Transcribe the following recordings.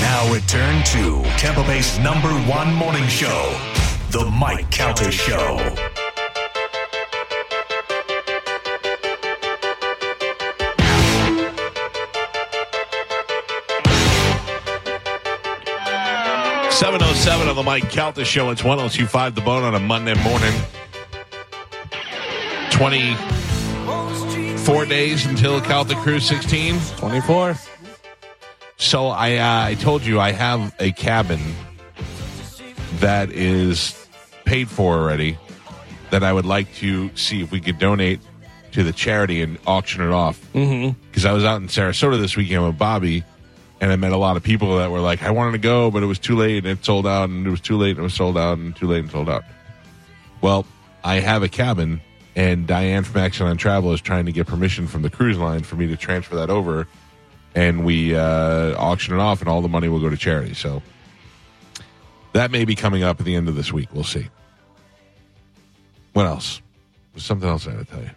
Now return to Tampa Bay's number one morning show, The Mike Calter Show. Seven oh seven on the Mike Calta Show. It's one oh two five the bone on a Monday morning. Twenty four days until Calta Cruise sixteen. 24. So I uh, I told you I have a cabin that is paid for already that I would like to see if we could donate to the charity and auction it off. Because mm-hmm. I was out in Sarasota this weekend with Bobby, and I met a lot of people that were like, I wanted to go, but it was too late and it sold out, and it was too late and it was sold out, and too late and sold out. Well, I have a cabin, and Diane from Action on Travel is trying to get permission from the cruise line for me to transfer that over, and we uh, auction it off, and all the money will go to charity. So that may be coming up at the end of this week. We'll see. What else? There's something else I had to tell you.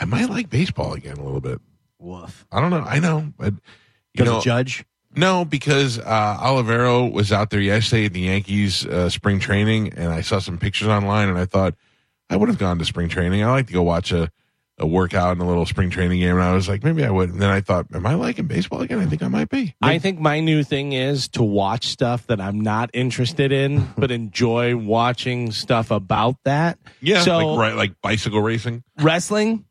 I might like baseball again a little bit. Woof. I don't know. I know. but you Because know, of Judge. No, because uh, Olivero was out there yesterday at the Yankees uh, spring training, and I saw some pictures online, and I thought I would have gone to spring training. I like to go watch a, a workout and a little spring training game, and I was like, maybe I would. And then I thought, am I liking baseball again? I think I might be. I think my new thing is to watch stuff that I'm not interested in, but enjoy watching stuff about that. yeah, So like, right, like bicycle racing. wrestling,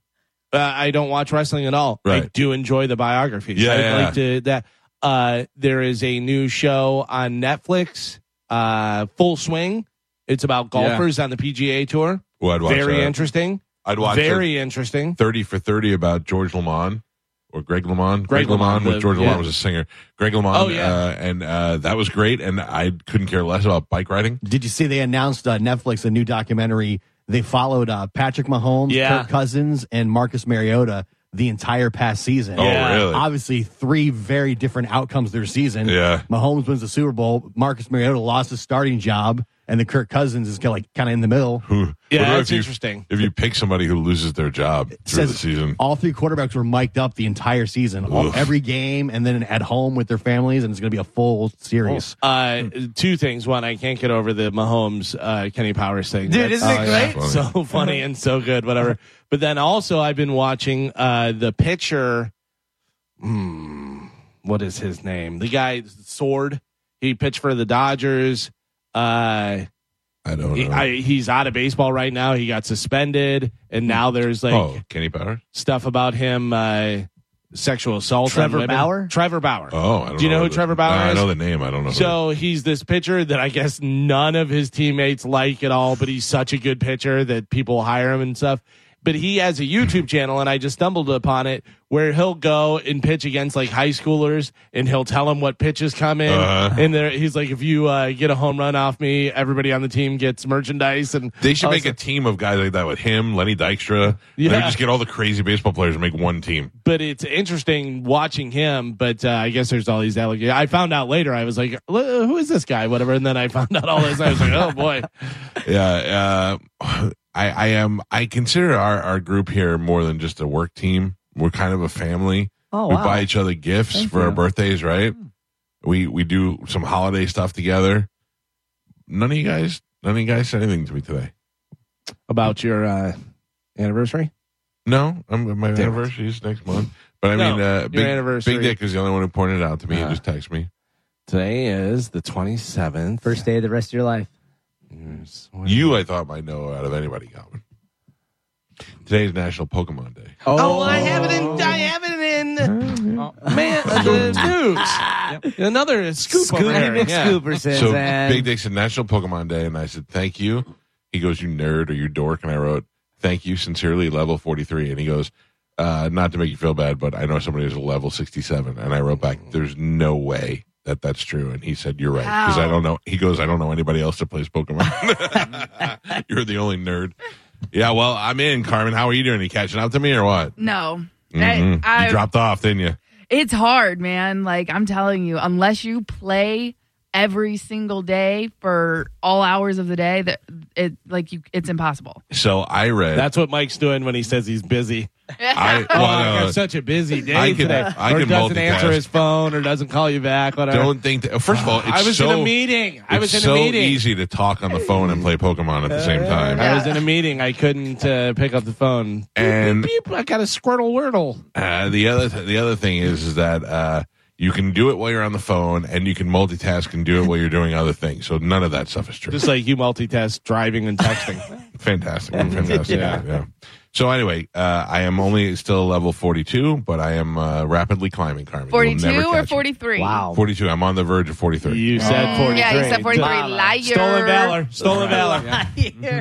uh, I don't watch wrestling at all. I Right. do enjoy the biographies. Yeah, I yeah, like to that. Uh, there is a new show on Netflix, uh, Full Swing. It's about golfers on the PGA Tour. Well, I'd watch Very that. interesting. I'd watch very Very interesting. thirty for thirty about George Lamont or Greg Lamont. Greg Lamond was lived- George Lamont yeah. was a singer. Greg Lamont. Oh, yeah. uh, and uh, that was great. And I couldn't care less about bike riding. Did you see they announced uh, Netflix a new documentary? They followed uh, Patrick Mahomes, Yeah. Kirk Cousins, and Marcus Mariota the entire past season. Oh, Yeah. really? Obviously, three very different outcomes their season. Yeah. Mahomes wins the Super Bowl. Marcus Mariota lost his starting job, and the Kirk Cousins is kind of like kind of in the middle. Yeah, What about that's if you- interesting. If you pick somebody who loses their job through the Says season, all three quarterbacks were mic'd up the entire season, all, Oof. every game, and then at home with their families, and it's going to be a full series. Oh. Uh, two things. One, I can't get over the Mahomes uh, Kenny Powers thing. Dude, isn't it yeah. great? So funny and so good, whatever. But then also, I've been watching uh, the pitcher. Hmm, what is his name? The guy Sword. He pitched for the Dodgers. Uh, I don't know. he, I, he's out of baseball right now. He got suspended, and now there's like oh, Kenny Powers. stuff about him uh, sexual assault. on Trevor women. Bauer? Trevor Bauer. Oh, I don't Do you know who the- Trevor Bauer I is? know the name. I don't know. who it So he's this pitcher that I guess none of his teammates like at all, but he's such a good pitcher that people hire him and stuff. But he has a YouTube channel, and I just stumbled upon it where he'll go and pitch against like high schoolers, and he'll tell them what pitches come in. Uh-huh. And there, he's like, if you uh, get a home run off me, everybody on the team gets merchandise. And They should all make this a team of guys like that with him, Lenny Dykstra. Yeah. They oh, Yeah. would just get all the crazy baseball players and make one team. but it's interesting watching him. But uh, I guess there's all these allegations. I found out later. I was like, "L- "Who is this guy?" Whatever. And then I found out all this. I was like, "Oh boy." Yeah, uh, I, I am. I consider our, our group here more than just a work team. We're kind of a family. Oh, we wow. buy each other gifts Thank for our you. Hmm. birthdays, right? We we do some holiday stuff together. None of you guys, none of you guys said anything to me today. About your uh, anniversary. No, I'm, my Damn it. anniversary is next month. But I No, mean, uh, your big, anniversary. Big Dick is the only one who pointed it out to me and Uh-huh. just texted me. Today is the 27th. First day of the rest of your life. You, I thought, might know out of anybody, Calvin. Today's National Pokemon Day. Oh, well, I have it in. I have it in. Oh, Man, the news. Another scoop. over Scooby here. Yeah. McScoopersons so and Big Dick said National Pokemon Day, and I said thank you. He goes, "You nerd or you dork," and I wrote, "Thank you sincerely, level forty three. And he goes, uh, "Not to make you feel bad, but I know somebody who's a level sixty seven. And I wrote back, "There's no way that that's true. And he said, You're right. Because I Wow. don't know. He goes, I don't know anybody else that plays Pokemon. You're the only nerd. Yeah, well, I'm in, Carmen. How are you doing? You catching up to me or what? No. Mhm. I, you I, dropped off, didn't you? it's hard, man. Like I'm telling you, unless you play every single day for all hours of the day, that it like you, it's impossible. So I read. That's what Mike's doing when he says he's busy. I, Oh, well, I uh, got such a busy day I can- today. I or can doesn't answer multitask. his phone or doesn't call you back. Whatever. don't think that. First of all, it's I was so, in a meeting. I was in it's a so meeting. Uh, easy to talk on the phone and play Pokemon at the same time. I was in a meeting. I couldn't uh, pick up the phone. Beep, And- beep, beep. I got a Squirtle Wordle. Uh, the other th- the other thing is is that uh, you can do it while you're on the phone, and you can multitask and do it while you're doing other things. So none of that stuff is true. Just like you multitask driving and texting. fantastic, fantastic. yeah. yeah. So anyway, uh, I am only still level 42, but I am uh, rapidly climbing, Carmen. You will Forty two never catch or me. forty three. Wow. 42. I'm on the verge of 43. you said 43. Yeah, you said forty three. Liar. Stolen valor. Stolen valor.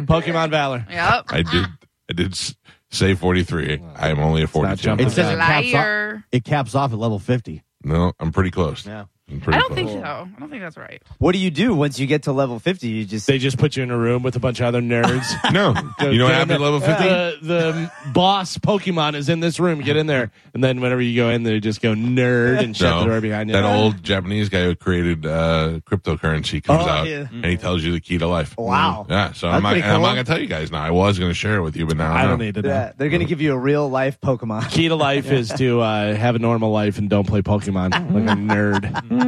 Pokemon valor. Yep. I did. I did s- say 43. I am only a 42. jumping. It says it caps, off, Liar. it caps off at level 50. No, I'm pretty close. Yeah. I'm I pretty don't close. think so. I don't think that's right. What do you do once you get to level 50? You just They just put you in a room with a bunch of other nerds. No. you know what happened at level 50? The, the boss Pokemon is in this room. Get in there. And then whenever you go in, they just go nerd and shut the No. door behind you. That old Japanese guy who created uh, cryptocurrency comes Oh, out yeah. and he tells you the key to life. Mm-hmm. Wow. Yeah, so That's I'm not, pretty and I'm cool. not going to tell you guys now. I was going to share it with you, but now I don't know. need to know. yeah, they're gonna give you a real life Pokemon. Key to life is to uh, have a normal life and don't play Pokemon like a nerd. I'm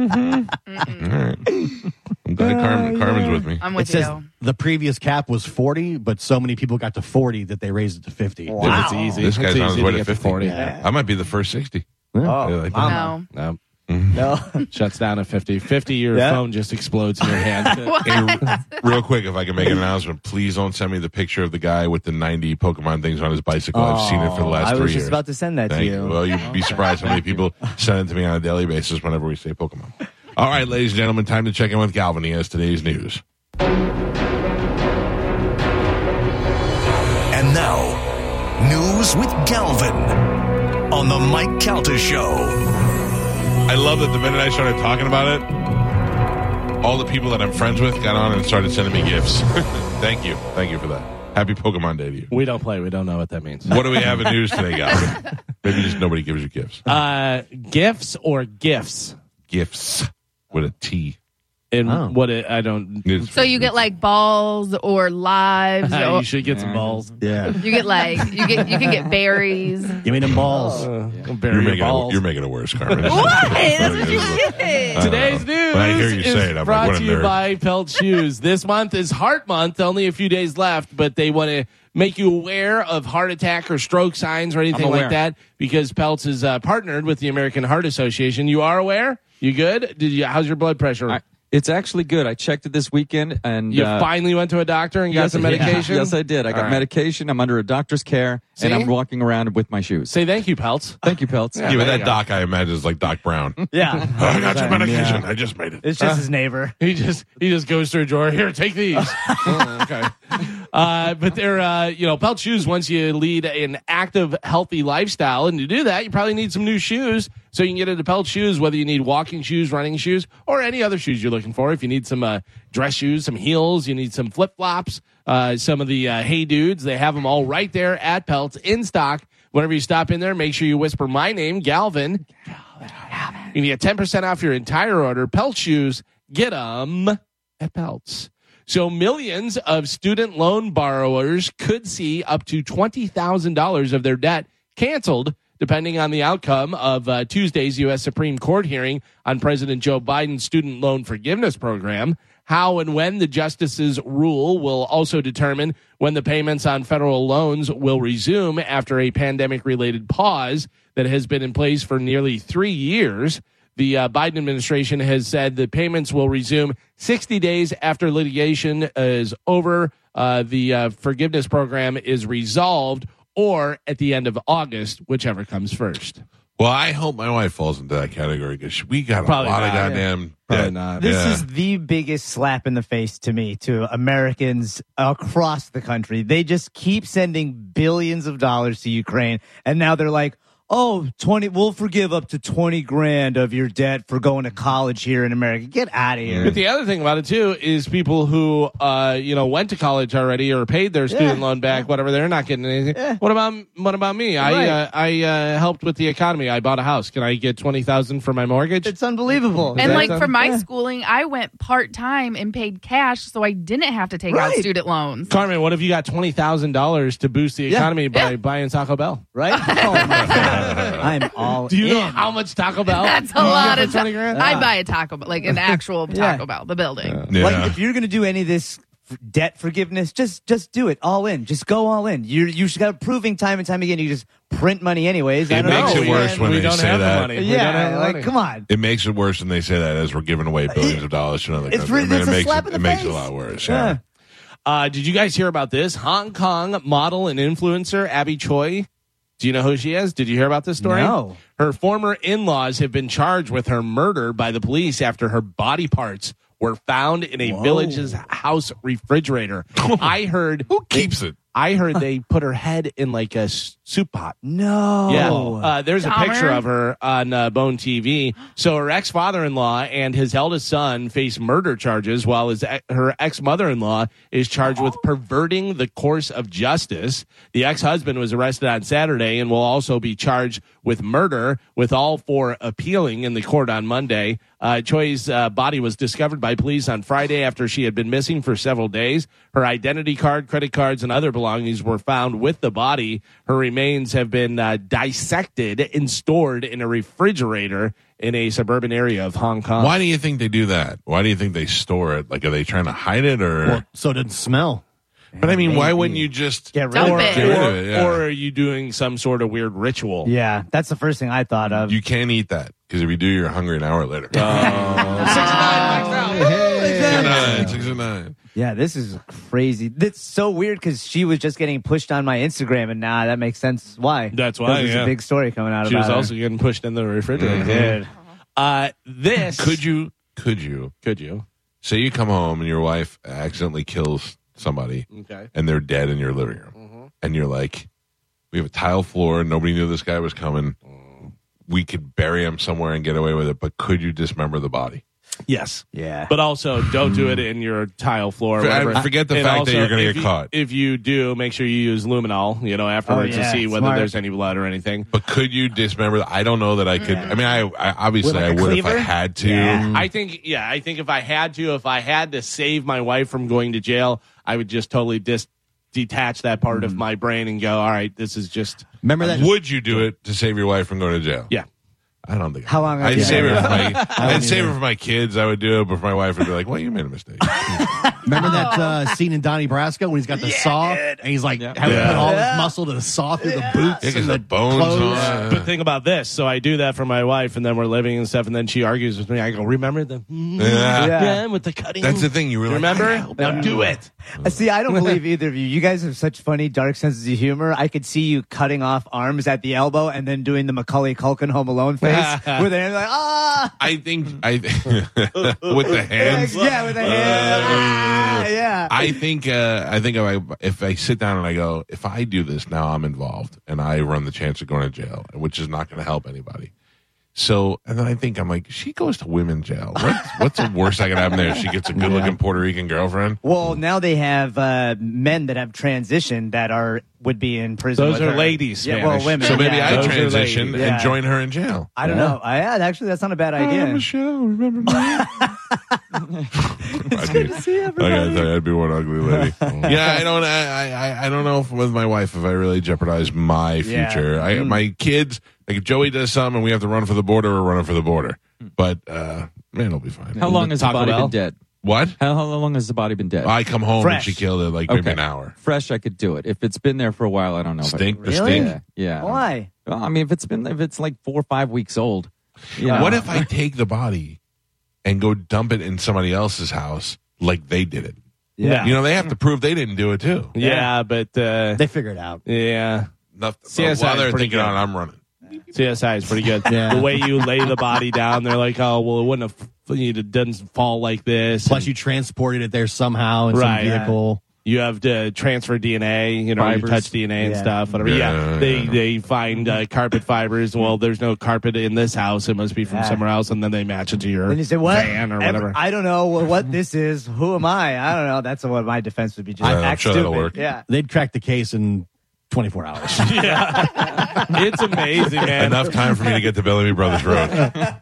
glad Carmen, Carmen's with me. I'm It with says you. the previous cap was 40, but so many people got to 40 that they raised it to 50. Wow. It's easy. This guy's it's on his easy way to to get 50. 40. Yeah. I might be the first 60. Oh, Yeah, like that. No. No. no. Shuts down at 50. 50, your Yeah. phone just explodes in your hand. Hey, r- real quick, if I can make an announcement, please don't send me the picture of the guy with the 90 Pokemon things on his bicycle. I've seen it for the last I three was years. just about to send that to Thank you. you. Well, you'd be surprised how many people send it to me on a daily basis whenever we say Pokemon. All right, ladies and gentlemen, time to check in with Galvin. He has today's news. And now, news with Galvin on the Mike Calta Show. I love that the minute I started talking about it, all the people that I'm friends with got on and started sending me gifts. Thank you. Thank you for that. Happy Pokemon Day to you. we don't play. We don't know what that means. What do we have in news today, Galvin? Maybe just nobody gives you gifts. Uh, gifts or gifts? Gifts with a T. And Oh. what it, I don't. It's- So you get like balls or lives you or should get some balls. Yeah. you get like you get you can get berries. Give me them balls. Uh, You're bury your making, it, balls. you're making it worse, Carmen. What? That's what you did. Today's news When I hear you is say it, I'm like, brought what a to you nerd. by Pelt Shoes. This month is Heart Month. Only a few days left, but they want to make you aware of heart attack or stroke signs or anything like aware. that because Pelts is uh, partnered with the American Heart Association. You are aware? You good? Did you? How's your blood pressure? I, it's actually good. I checked it this weekend, and you uh, finally went to a doctor and got yes, some yeah. medication. Yes, I did. I got right. medication. I'm under a doctor's care, and See? I'm walking around with my shoes. Say thank you, Pelts. Thank you, Pelts. Yeah, but there you that go. doc I imagine is like Doc Brown. yeah. Oh, I got your medication. Yeah. I just made it. It's just his neighbor. He just he just goes through a drawer. Here, take these. Oh, okay. Uh, but they're uh, you know belt shoes. Once you lead an active, healthy lifestyle, and to do that, you probably need some new shoes. So you can get into Pelt shoes, whether you need walking shoes, running shoes, or any other shoes you're looking for. If you need some uh, dress shoes, some heels, you need some flip flops, uh, some of the uh, Hey Dudes, they have them all right there at Pelts in stock. Whenever you stop in there, make sure you whisper my name, Galvin. You can get 10% off your entire order. Pelt shoes, get 'em at Pelts. So millions of student loan borrowers could see up to $20,000 of their debt canceled depending on the outcome of uh, Tuesday's U.S. Supreme Court hearing on President Joe Biden's student loan forgiveness program. How and when the justices rule will also determine when the payments on federal loans will resume after a pandemic related pause that has been in place for nearly three years. The uh, Biden administration has said the payments will resume 60 days after litigation is over, uh, the uh, forgiveness program is resolved, or at the end of August, whichever comes first. Well, I hope my wife falls into that category because we got Probably a lot of not. goddamn. Probably debt. not. This Yeah. is the biggest slap in the face to me, to Americans across the country. They just keep sending billions of dollars to Ukraine, and now they're like, oh, 20, we'll forgive up to 20 grand of your debt for going to college here in America. Get out of here. But the other thing about it too is people who uh, you know went to college already or paid their student loan back, whatever. They're not getting anything. What about what about me? I Right. uh, I uh, helped with the economy. I bought a house. Can I get twenty thousand for my mortgage? It's unbelievable. that And like something? for my schooling, I went part time and paid cash, so I didn't have to take out Right. student loans. Carmen, what if you got twenty thousand dollars to boost the economy by buying Taco Bell? right? Oh my God. I'm all Do you know in. how much Taco Bell? That's you a get lot for of twenty twenty grand. I buy a Taco Bell, like an actual Yeah. Taco Bell, the building. Yeah. Like if you're gonna do any of this f- debt forgiveness, just just do it all in. Just go all in. You you just got proving time and time again. You just print money anyways. I It don't makes know. it worse when we they don't say have that. the money. We don't have Yeah, the like money. come on. It makes it worse when they say that as we're giving away billions of dollars to another Uh, It's country. re- I mean, it's it a makes slap it, in the it makes it a face. lot worse. Yeah. Yeah. Uh, did you guys hear about this? Hong Kong model and influencer Abby Choi. Do you know who she is? Did you hear about this story? No. Her former in laws have been charged with her murder by the police after her body parts were found in a village's house refrigerator. I heard. Who keeps it? I heard they put her head in like a s- soup pot. No. Yeah. Uh, there's a Dahmer? picture of her on uh, Bone TV. So her ex father in law and his eldest son face murder charges, while his e- her ex mother in law is charged with perverting the course of justice. The ex husband was arrested on Saturday and will also be charged with murder, with all four appealing in the court on Monday. Uh, Choi's uh, body was discovered by police on Friday after she had been missing for several days. Her identity card, credit cards, and other belongings were found with the body. Her remains have been uh, dissected and stored in a refrigerator in a suburban area of Hong uh, Kong. Why do you think they do that? Why do you think they store it? Like, are they trying to hide it or? Well, so it doesn't smell. but I mean, why wouldn't you just? Get rid Dump of it. Get Or, rid of it, yeah. or are you doing some sort of weird ritual? Yeah, that's the first thing I thought of. you can't eat that because if you do, you're hungry an hour Oh. later. Six and nine, six and nine. yeah, this is crazy. That's so weird because she was just getting pushed on my Instagram, and nah, that makes sense. Why? That's why, There's yeah. a big story coming out She about was also her. getting pushed in the refrigerator. Dude. Uh, this Could you? Could you? could you? Say you come home and your wife accidentally kills somebody, Okay. and they're dead in your living room, and you're like, "We have a tile floor. Nobody knew this guy was coming. We could bury him somewhere and get away with it, but could you dismember the body? Yes. Yeah. But also, don't do it in your tile floor. or For- I- whatever. forget the And fact that also, you're gonna if get you- caught. If you do, make sure you use luminol, you know, afterwards Oh, yeah, to see whether smart. there's any blood or anything. But could you dismember? The, I don't know that I could. I mean, I, I obviously With, like, I a would if I cleaver? had to. Yeah. I think, yeah, I think if I had to, if I had to save my wife from going to jail, I would just totally dis- detach that part Mm. of my brain and go, all right, this is just, Remember that? Would you do it to save your wife from going to jail? yeah. I don't think. I How would. long I'd have you save been it for my. I'd wouldn't save it either. for my kids. I would do it, but for my wife, I'd be like, "Well, you made a mistake." Remember that uh, scene in Donnie Brasco when he's got the saw and he's like having to Yeah. put all his muscle to the saw through the boots Because and the the bones clothes. on. But think about this. So I do that for my wife, and then we're living and stuff, and then she argues with me. I go, remember the, Yeah. yeah, with the cutting. That's the thing. You were You like, remember? Now do it. Uh, See, I don't believe either of you. You guys have such funny, dark senses of humor. I could see you cutting off arms at the elbow and then doing the Macaulay Culkin Home Alone face with the hand like ah, I think I with the hands. yeah, with the hand, ah, yeah. I think uh, I think if I, if I sit down and I go, if I do this now, I'm involved, and I run the chance of going to jail, which is not going to help anybody. So, and then I think I'm like, she goes to women jail. What's, what's the worst that could happen there? She gets a good looking Puerto Rican girlfriend. Well, now they have uh, men that have transitioned that are would be in prison. Those with are her. ladies, Yeah, Spanish. well, women. So maybe yeah. I Those are transition ladies. and Um, Yeah. join her in jail. I don't know. I, yeah, actually, that's not a bad idea. Michelle, remember me? it's good to see everybody. I gotta tell you, I'd be one ugly lady. yeah, I don't. I, I I don't know if with my wife if I really jeopardize my Yeah. future. I my kids. Like if Joey does something and we have to run for the border, we're running for the border. But uh, man, it'll be fine. How long has the Taco body Bell? been dead? What? How, how long has the body been dead? I come home Fresh. and she killed it like maybe an hour. Fresh, I could do it. If it's been there for a while, I don't know. if I Stink could- the Really? stink. Yeah, yeah. Why? Well, I mean, if it's been, if it's like four or five weeks old. you know. What if I take the body and go dump it in somebody else's house like they did it? Yeah. You know they have to prove they didn't do it too. Yeah, but uh, They figure it out. yeah, Nothing. CSI while is they're pretty thinking good. on, it, I'm running. CSI is pretty good. Yeah. The way you lay the body down, they're like, oh, well, it wouldn't have, it doesn't fall like this. Plus, you transported it there somehow in Right. some vehicle. You have to transfer DNA, you know, you Fibers. touch DNA and Yeah. stuff, whatever. Yeah, Yeah. they they find uh, carpet fibers. Well, there's no carpet in this house; it must be from Yeah. somewhere else, and then they match it to your And you say, what? van or Ever- whatever. I don't know what, what this is. Who am I? I don't know. That's what my defense would be. Just I'm act sure stupid. that'll work. Yeah. They'd crack the case in 24 hours. it's amazing, man. Enough time for me to get to Bellamy Brothers Road.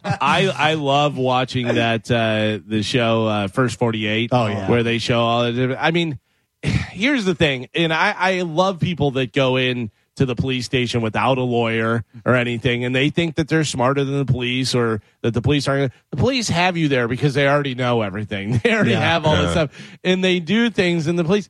I I love watching that uh, the show uh, First Forty Eight. Oh, yeah. where they show all the. different- I mean, here's the thing, and I I love people that go in to the police station without a lawyer or anything, and they think that they're smarter than the police or that the police aren't. The police have you there because they already know everything. They already have all this Yeah. stuff, and they do things, and the police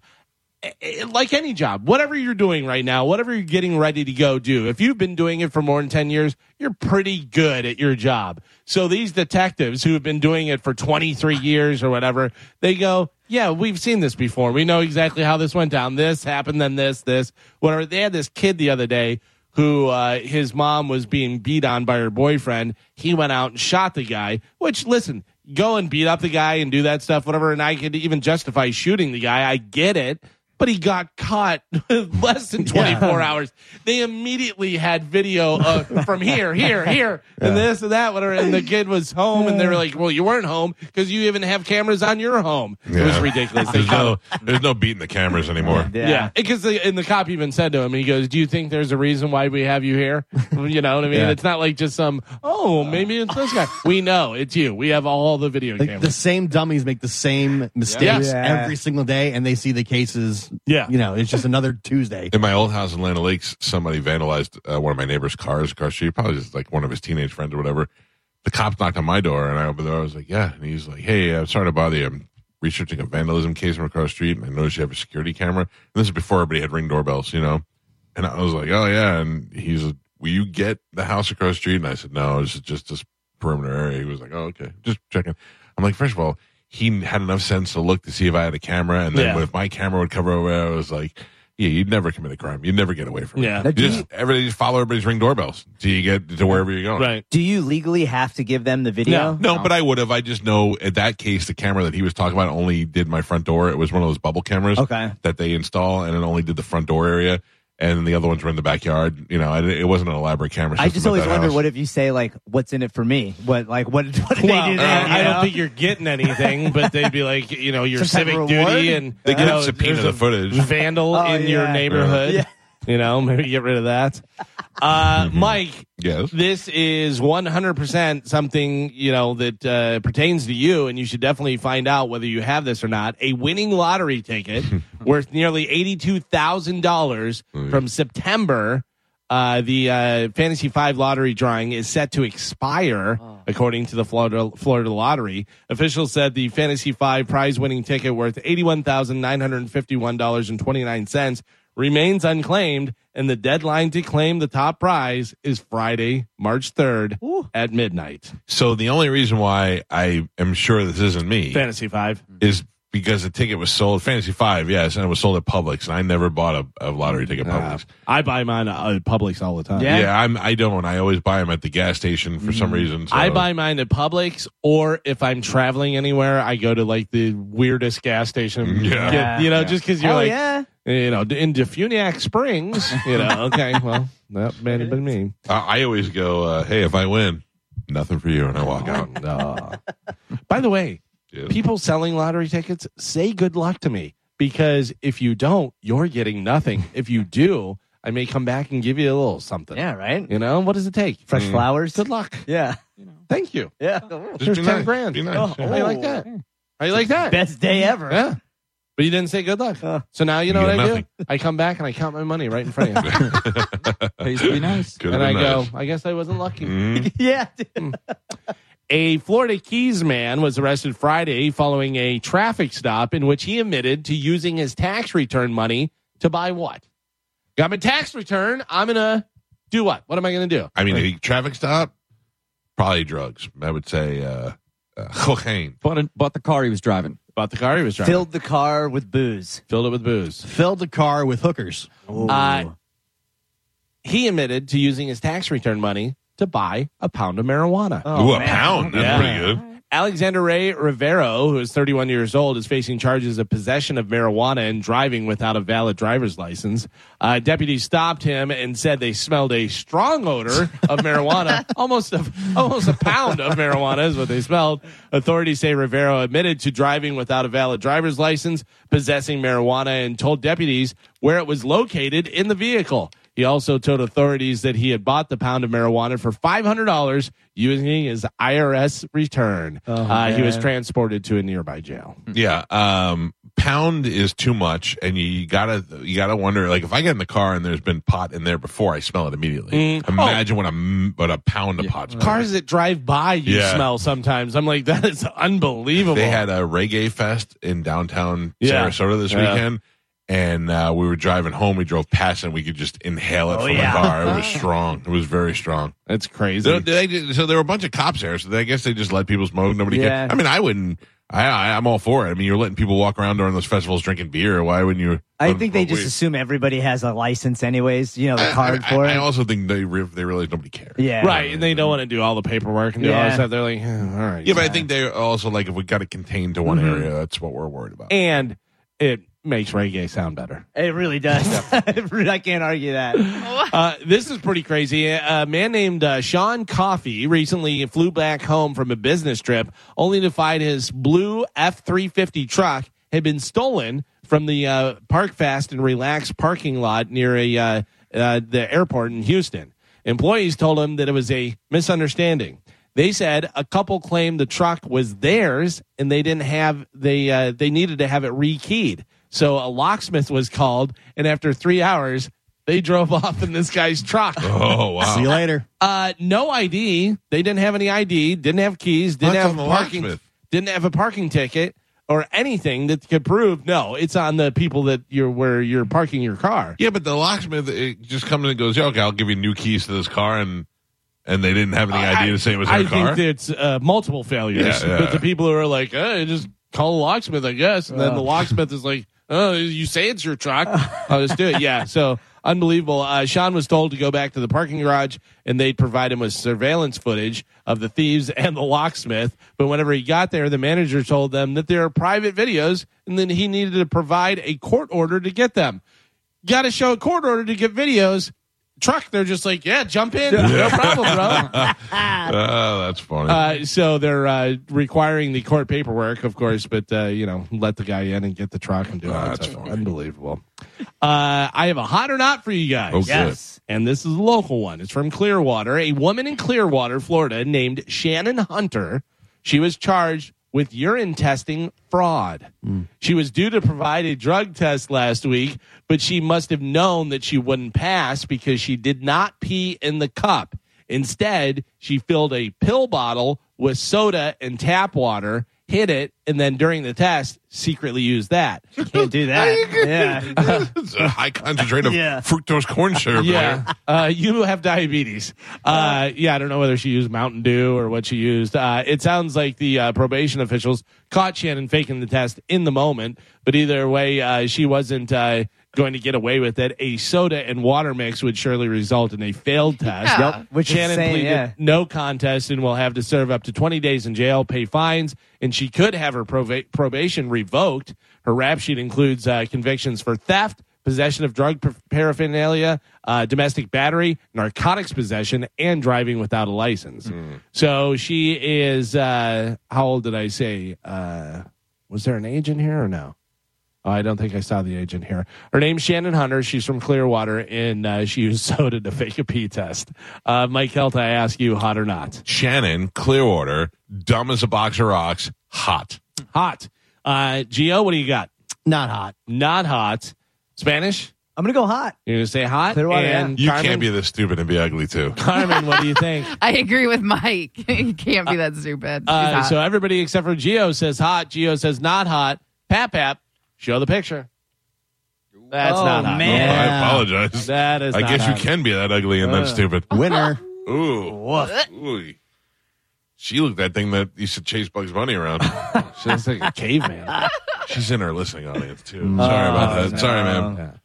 it- like any job, whatever you're doing right now, whatever you're getting ready to go do, if you've been doing it for more than 10 years, you're pretty good at your job. So these detectives who have been doing it for 23 years or whatever, they go, yeah, we've seen this before. We know exactly how this went down. This happened, then this, this, whatever. They had this kid the other day who uh, his mom was being beat on by her boyfriend. He went out and shot the guy, which, listen, go and beat up the guy and do that stuff, whatever. And I could even justify shooting the guy. I get it. But he got caught less than 24 hours. They immediately had video of, from here, here, here, and this and that, whatever. And the kid was home, and they were like, well, you weren't home because you even have cameras on your home. It was Yeah. ridiculous. They There's caught him. no, there's no beating the cameras anymore. Yeah. Yeah, because the and the cop even said to him, he goes, "Do you think there's a reason why we have you here? You know what I mean? It's not like just some, oh, maybe it's this guy. We know it's you. We have all the video Like, the cameras. same dummies make the same mistakes Yeah. every single day, and they see the cases. Yeah. You know, it's just another Tuesday. In my old house in Land Lakes, somebody vandalized uh, one of my neighbor's cars across the street, probably just like one of his teenage friends or whatever. The cops knocked on my door and I opened the door. I was like, yeah. And he's like, hey, I'm sorry to bother you. I'm researching a vandalism case from across the street and I noticed you have a security camera. And this is before everybody had ring doorbells, you know? And I was like, oh, yeah. And he's like, will you get the house across the street? And I said, no, it's just this perimeter area. He was like, oh, okay. Just checking. I'm like, first of all, he had enough sense to look to see if I had a camera. And then Yeah. if my camera would cover over, I was like, yeah, you'd never commit a crime. You'd never get away from Yeah. it. You just, everybody just follow everybody's ring doorbells till you get to wherever you're going. right. Do you legally have to give them the video? No, but I would have. I just know at that case, the camera that he was talking about only did my front door. It was one of those bubble cameras Okay. that they install, and it only did the front door area, and the other ones were in the backyard. You know, I, it wasn't an elaborate camera. I system just at always that wonder house. what if you say like, "What's in it for me?" What like what what did Well, they I- do? That, I you don't know? think you're getting anything, but they'd be like, you know, your Some type civic of reward? duty and They you could know, subpoena there's the a footage. Vandal Oh, in your yeah. neighborhood. Yeah. You know, maybe get rid of that. Uh, Mm-hmm. Mike, Yes. this is 100% something, you know, that uh, pertains to you, and you should definitely find out whether you have this or not. A winning lottery ticket worth nearly $82,000 from September. Uh, the uh, Fantasy 5 lottery drawing is set to expire, according to the Florida, Florida Lottery. Officials said the Fantasy 5 prize winning ticket worth $81,951.29 remains unclaimed, and the deadline to claim the top prize is Friday, March 3rd at midnight. So the only reason why I am sure this isn't me Fantasy 5. is because the ticket was sold Fantasy Five, yes, and it was sold at Publix, and I never bought a, a lottery ticket at Publix. Uh, I buy mine at uh, Publix all the time. Yeah. Yeah, I'm. I don't. I always buy them at the gas station for some reason. So. Mm-hmm. I buy mine at Publix, or if I'm traveling anywhere, I go to like the weirdest gas station. Yeah. Get- you know, just because you're oh like, yeah. you know, in Defuniac Springs, you know, okay, well, that may have been me. I, I always go. Uh, hey, if I win, nothing for you, and I walk out. By the way, Yes. people selling lottery tickets say good luck to me because if you don't, you're getting nothing. If you do, I may come back and give you a little something. Yeah. Mm. Right. You know, what does it take? Fresh flowers. Good luck. Yeah. Thank you. Yeah. Just Here's be 10 nice. grand. Be nice. Oh, Yeah. How you like that? How you like that? Best day ever. Mm. Yeah. But you didn't say good luck. Uh, so now you know you what I get nothing. do? I come back and I count my money right in front of you. Pays to be nice. Could've and I been go, nice. I guess I wasn't lucky. Mhm. Yeah. A Florida Keys man was arrested Friday following a traffic stop in which he admitted to using his tax return money to buy what? Got my tax return. I'm going to do what? What am I going to do? I mean, a traffic stop, probably drugs. I would say uh, uh, cocaine. Bought, a, bought the car he was driving. Bought the car he was driving. Filled the car with booze. Filled it with booze. Filled the car with hookers. Uh, he admitted to using his tax return money to buy a pound of marijuana. Oh, Ooh, a pound. That's Oh, Yeah. pretty good. Alexander Ray Rivero, who is 31 years old, is facing charges of possession of marijuana and driving without a valid driver's license. Uh, deputies stopped him and said they smelled a strong odor of marijuana, almost a, almost a pound of marijuana is what they smelled. Authorities say Rivero admitted to driving without a valid driver's license, possessing marijuana, and told deputies where it was located in the vehicle. He also told authorities that he had bought the pound of marijuana for $500 using his IRS return. Oh, uh, he was transported to a nearby jail. Yeah, um, pound is too much, and you gotta you gotta wonder. Like if I get in the car and there's been pot in there before, I smell it immediately. Mm. Imagine what a m- what a pound of Oh. pot's worth. Cars that drive by, you Yeah. smell sometimes. I'm like, that is unbelievable. They had a reggae fest in downtown Yeah. Sarasota this Yeah. weekend, and uh, we were driving home. We drove past, and we could just inhale Oh, it from the car. It was strong. It was very strong. That's crazy. So, they, did- so there were a bunch of cops there. So they, I guess they just let people smoke. Nobody Yeah. cared. I mean, I wouldn't. I, I, I'm all for it. I mean, you're letting people walk around during those festivals drinking beer. Why wouldn't you? I let them think they smoke just weed? assume everybody has a license, anyways. You know, the card I, I- for I it. also think they re- they realize nobody cares. yeah, right. And they don't want to do all the paperwork and do all Yeah. that stuff. They're like, "Eh, all right. Yeah, but I think they also like if we got it contained to one Mm-hmm. area, that's what we're worried about. and it makes reggae sound better. It really does. It really- I can't argue that. Uh, this is pretty crazy. A man named uh, Sean Coffey recently flew back home from a business trip only to find his blue F 350 truck had been stolen from the uh, Park Fast and Relax parking lot near a, uh, uh, the airport in Houston. Employees told him that it was a misunderstanding. They said a couple claimed the truck was theirs and they didn't have they uh, they needed to have it rekeyed. So a locksmith was called, and after three hours, they drove off in this guy's truck. Oh See wow! you later. Uh, no ID. They didn't have any ID. Didn't have keys. Didn't That's have on the parking. locksmith. Didn't have a parking ticket or anything that could prove. No, it's on the people that you're where you're parking your car. yeah, but the locksmith it just comes and goes. Yeah, okay, I'll give you new keys to this car, and and they didn't have any idea to say it was their I car. think it's uh, multiple failures. Yeah, yeah. But the people who are like, eh, just call the locksmith, I guess, and then the locksmith is like, oh, you say it's your truck, I'll just do it. Yeah, so unbelievable. Uh, Sean was told to go back to the parking garage, and they'd provide him with surveillance footage of the thieves and the locksmith. But whenever he got there, the manager told them that there are private videos, and then he needed to provide a court order to get them got to show a court order to get videos. Truck, they're just like, yeah, jump in, no problem, bro. oh, that's funny. Uh, so they're uh, requiring the court paperwork, of course, but uh, you know, let the guy in and get the truck and do Ah, it. that's It's funny. unbelievable. Uh, I have a hot or not for you guys. oh, Yes. And this is a local one. It's from Clearwater. A woman in Clearwater, Florida, named Shannon Hunter. She was charged with urine testing fraud. She was due to provide a drug test last week, but she must have known that she wouldn't pass because she did not pee in the cup. Instead, she filled a pill bottle with soda and tap water, hid it, and then during the test, secretly used that. Can't do that. yeah. good. it's a high concentrate of Yeah. fructose corn syrup. Yeah, there. uh, you have diabetes. Uh, yeah, I don't know whether she used Mountain Dew or what she used. Uh, it sounds like the uh, probation officials caught Shannon faking the test in the moment, but either way, uh, she wasn't uh, going to get away with it. A soda and water mix would surely result in a failed test. Yeah. Yep. Which is Shannon saying, pleaded yeah. no contest and will have to serve up to 20 days in jail, pay fines, and she could have her prova- probation revoked. Her rap sheet includes uh, convictions for theft, possession of drug par- paraphernalia, uh, domestic battery, narcotics possession, and driving without a license. So she is, uh, how old did I say? Uh, was there an age in here or no? I don't think I saw the agent here. Her name's Shannon Hunter. She's from Clearwater, and uh, she used soda to fake a pee test. Uh, Mike Helta, I ask you, hot or not? Shannon Clearwater, dumb as a box of rocks, hot. Hot. Uh, Gio, what do you got? Not hot. Not hot. Spanish? I'm gonna go hot. You're going to say hot? Clearwater, and You Carmen? can't be this stupid and be ugly too. Carmen, what do you think? I agree with Mike. you can't be that stupid. She's Uh, hot. so everybody except for Gio says hot. Gio says not hot. Pap Pap, show the picture. That's Oh, not hot. Oh, man. I Yeah. apologize. That is I not guess hot. you can be that ugly and that stupid. Winner. Ooh. Ooh. She looked that thing that used to chase Bugs Bunny around. She looks like a caveman. She's in our listening audience too. Sorry about that. Sorry, man.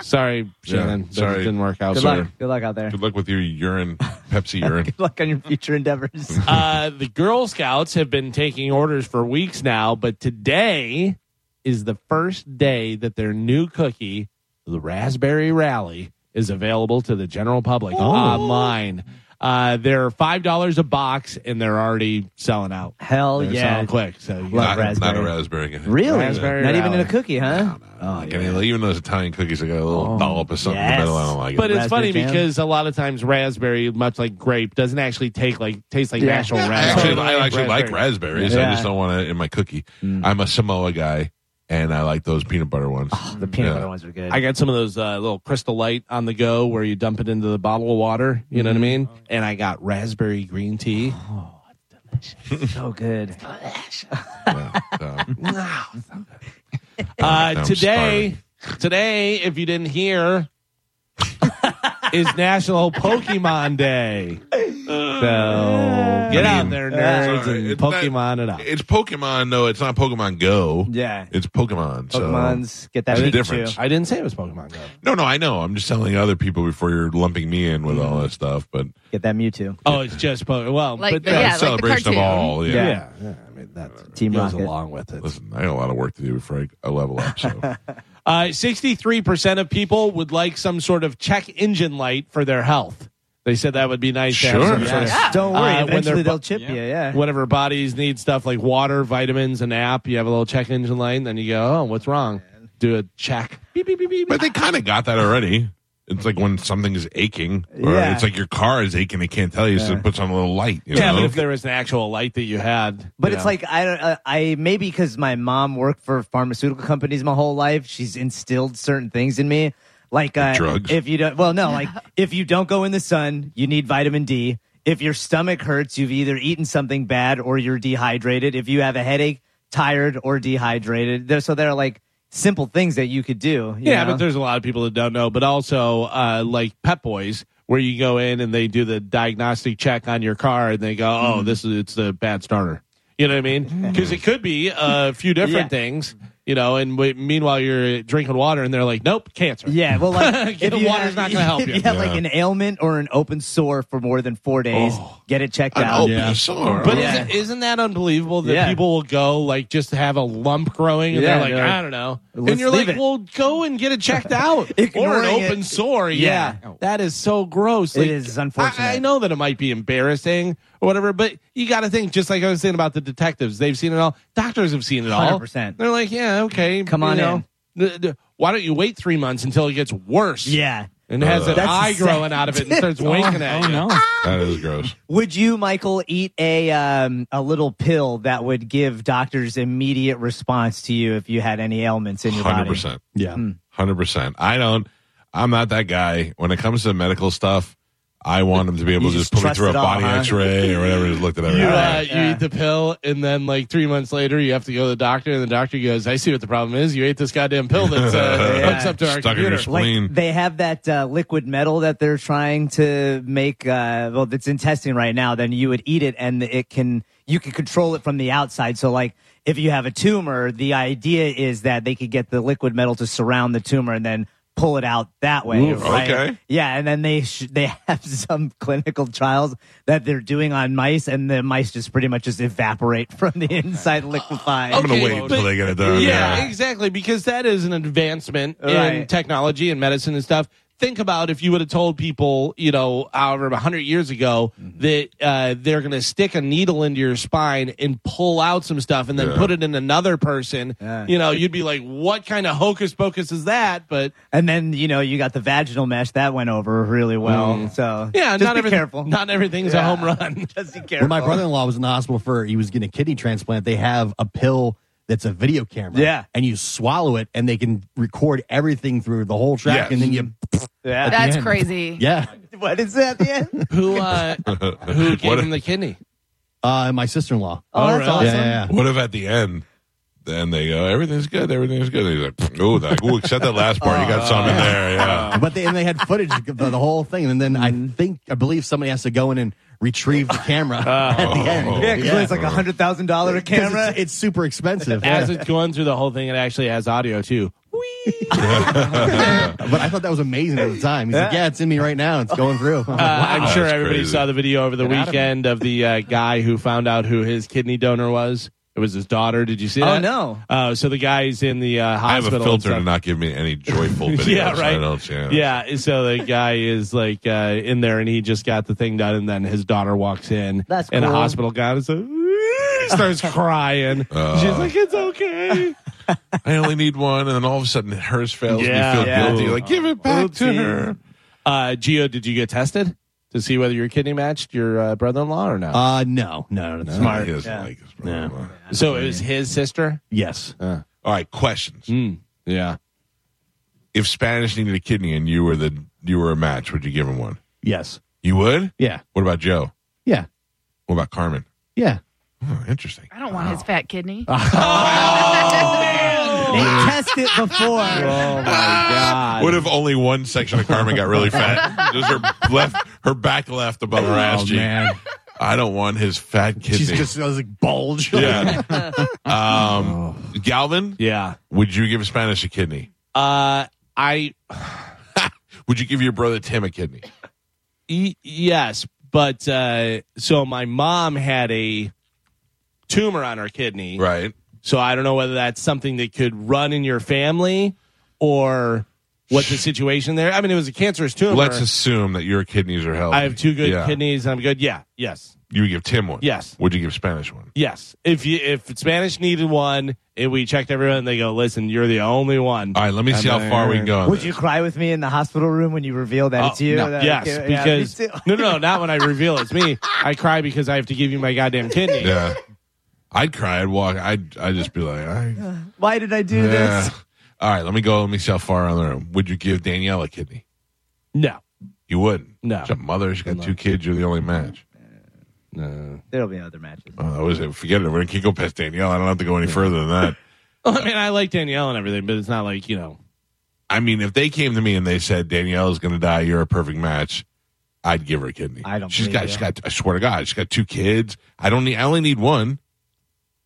Sorry, Shannon. That sorry. didn't work out. Good Good Sorry. luck. Good luck out there. Good luck with your urine, Pepsi urine. Good luck on your future endeavors. Uh, the Girl Scouts have been taking orders for weeks now, but today is the first day that their new cookie, the Raspberry Rally, is available to the general public online. Uh, they're five dollars a box, and they're already selling out. Hell They're yeah. selling quick. So you Love not, not a raspberry. raspberry. Really? Raspberry Not even in a rally. cookie, huh? Oh, Even those Italian cookies, I got a little dollop of something in the Oh, yes. middle. I don't like it. But it's Raspberry funny jam. because a lot of times raspberry, much like grape, doesn't actually take like taste like Yeah. natural I raspberry. actually, I actually like raspberries. I Yeah. Mm. just don't want it in my cookie. I'm a Samoa guy, and I like those peanut butter ones. Oh, The peanut Yeah. butter ones were good. I got some of those uh, little crystal light on the go where you dump it into the bottle of water. You know what I mean? And I got raspberry green tea. Oh, so good. Yeah, so. Uh, I'm today, today, if you didn't hear, is National Pokemon Day. So get I out mean, there, it's nerds, all right. and It's not- Pokemon it up. It's Pokemon, though. It's not Pokemon Go. Yeah. It's Pokemon. so- Pokemon's get that There's a Pikachu. difference. I didn't say it was Pokemon Go. No, no, I know. I'm just telling other people before you're lumping me in with all this stuff. But Get that Mewtwo. Oh, it's just Pokemon. Well, Like, but uh, yeah, that's- like the celebration cartoon. of all. Yeah. Yeah. yeah, yeah, I mean that Team goes Rocket. along with it. Listen, I got a lot of work to do before I, I level up. So Uh, 63% of people would like some sort of check engine light for their health. They said that would be nice. to have Sure. some Yeah. sort of- Don't worry, Uh, when they're bu- eventually they'll chip you, yeah. whenever bodies need stuff like water, vitamins, an app, you have a little check engine light, and then you go, oh, what's wrong? Do a check. Beep, beep, beep, beep. But they kind of got that already. It's like when something's aching, or Yeah. it's like your car is aching. They can't tell you, so it puts on a little light. You yeah, know? but if there was an actual light that you had. But you it's know. like I don't. Uh, I maybe because my mom worked for pharmaceutical companies my whole life. She's instilled certain things in me, like uh, drugs? If you don't, well, no, like if you don't go in the sun, you need vitamin D. If your stomach hurts, you've either eaten something bad or you're dehydrated. If you have a headache, tired or dehydrated. There, so there are like simple things that you could do. you yeah, know? but there's a lot of people that don't know. But also, uh, like Pep Boys, where you go in and they do the diagnostic check on your car, and they go, "Oh, Mm-hmm. this is it's a bad starter." You know what I mean? Because it could be a few different Yeah. things, you know. And w- meanwhile, you're drinking water, and they're like, "Nope, cancer." Yeah, well, like The water's not gonna help if you. you have like Yeah. an ailment or an open sore for more than four days, Oh, get it checked an out. open Yeah. sore. But Yeah. isn't, isn't that unbelievable that Yeah. people will go like just have a lump growing and Yeah, they're like, they're like, I don't know, and "Let's you're like, leave it." well, go and get it checked out or an Ignoring open it. sore. Yeah. Oh. that is so gross. It Like, is unfortunate. I, I know that it might be embarrassing or whatever, but you got to think. Just like I was saying about the detectives, they've seen it all. Doctors have seen it all. 100%. They're like, yeah, okay, Come you on know, in. th- th- Why don't you wait three months until it gets worse? Yeah. And has an That's eye exact- Oh, growing out of it and starts winking at you. Oh, no. that is gross. Would you, Michael, eat a um, a little pill that would give doctors immediate response to you if you had any ailments in your Hundred body? percent. Yeah. Mm. Hundred percent. I don't. I'm not that guy. When it comes to medical stuff, I want them to be able to You just, just put me trust through a it all, body huh? X-ray or whatever. Just looked at You, everything. uh, you Yeah. eat the pill, and then like three months later, you have to go to the doctor, and the doctor goes, "I see what the problem is. You ate this goddamn pill that's uh, Yeah. hooks up to our Stuck in your computer." sp- Spleen. Like they have that uh, liquid metal that they're trying to make, uh, well, that's in testing right now. Then you would eat it, and it can you can control it from the outside. So, like if you have a tumor, the idea is that they could get the liquid metal to surround the tumor and then pull it out that way. Ooh, right? okay. Yeah, and then they sh- they have some clinical trials that they're doing on mice, and the mice just pretty much just evaporate from the inside, liquefy. I'm gonna Okay, wait well, until but- they get it done. yeah, exactly, because that is an advancement in Right. technology and medicine and stuff. Think about if you would have told people, you know, however, 100 years ago, that uh, they're going to stick a needle into your spine and pull out some stuff and then put it in another person, you know, you'd be like, what kind of hocus pocus is that? But And then you know you got the vaginal mesh that went over really well. So yeah, just not, be everything- careful. not everything's a home run. just be careful. When my brother in law was in the hospital for, he was getting a kidney transplant. They have a pill that's a video camera. Yeah. And you swallow it and they can record everything through the whole track. Yes. And then you, Mm-hmm. yeah. That's Yeah. crazy. yeah. what is that? The end? Who uh, who gave What- him the kidney? Uh, my sister in law. Oh, that's really? yeah, awesome. yeah, yeah. What if at the end, then they go, everything's good, everything's good. And he's like, oh, that, ooh, except that last part, you got something there. Yeah. But they, and they had footage of the, the whole thing. And then Mm-hmm. I think, I believe somebody has to go in and retrieve the camera at the Oh. end. Yeah, because it's like a hundred thousand dollar 'Cause camera. It's, it's super expensive. As it's going through the whole thing, it actually has audio too. Wee! But I thought that was amazing at the time. He's like, yeah, it's in me right now. It's going through. I'm like, Uh, I'm sure that's everybody crazy. saw the video over the Get out of weekend of the uh, guy who found out who his kidney donor was. It was his daughter. Did you see Oh, that? no. Uh, so the guy's in the uh, I have hospital. a and filter to stuff. not give me any joyful videos. Yeah, right. I don't, yeah. Yeah. So the guy is like uh, in there, and he just got the thing done, and then his daughter walks in That's in a cool. hospital gown, and so, starts crying. Uh. She's like, "It's okay." I only need one, and then all of a sudden hers fails. and Yeah, you feel yeah. guilty. Like give it back to Oopsie. her. Uh, Geo, did you get tested to see whether your kidney matched your uh, brother-in-law or not? uh, no, no, no, no. He doesn't Yeah. like his brother-in-law. so it was his sister. Yes. All right, questions. Mm, yeah. If Spanish needed a kidney and you were the you were a match, would you give him one? Yes. You would. Yeah. What about Joe? Yeah. What about Carmen? Yeah. Oh, interesting. I don't want his fat kidney. They test it before. Oh my god. What if only one section of Carmen got really fat? Just her left, her back left above her Oh, ass cheek. man. I don't want his fat kidney. She's just I was like bulge. yeah. um, Galvin, yeah. would you give Spanish a kidney? Uh, I Would you give your brother Tim a kidney? y- yes, but uh, so my mom had a tumor on her kidney, Right. so I don't know whether that's something that could run in your family or what the situation there. I mean, it was a cancerous tumor. Let's assume that your kidneys are healthy. I have two good Yeah. kidneys, and I'm good. Yeah, yes, You would give Tim one. Yes. Would you give Spanish one? yes. If you if Spanish needed one, and we checked everyone, and they go, "Listen, you're the only one." All right. Let me see how far we can go. on Would this. you cry with me in the hospital room when you reveal that it's you? no. That- yes, yeah, me because too. no, no, no, not when I reveal it's me. I cry because I have to give you my goddamn kidney. Yeah. I'd cry. I'd walk. I'd. I'd just be like, I. why did I do Yeah. this? All right. Let me go. Let me see how far on the room. Would you give Danielle a kidney? No, You wouldn't. No. She's a mother. She's got two kids. You're the only match. no. There'll be other matches. Oh, that was it. Forget it. We're gonna keep go past Danielle. I don't have to go any further than that. Well, I mean, I like Danielle and everything, but it's not like you know. I mean, if they came to me and they said Danielle's going to die, you're a perfect match. I'd give her a kidney. I don't She's believe got. you. She's got. I swear to God, she's got two kids. I don't need. I only need one,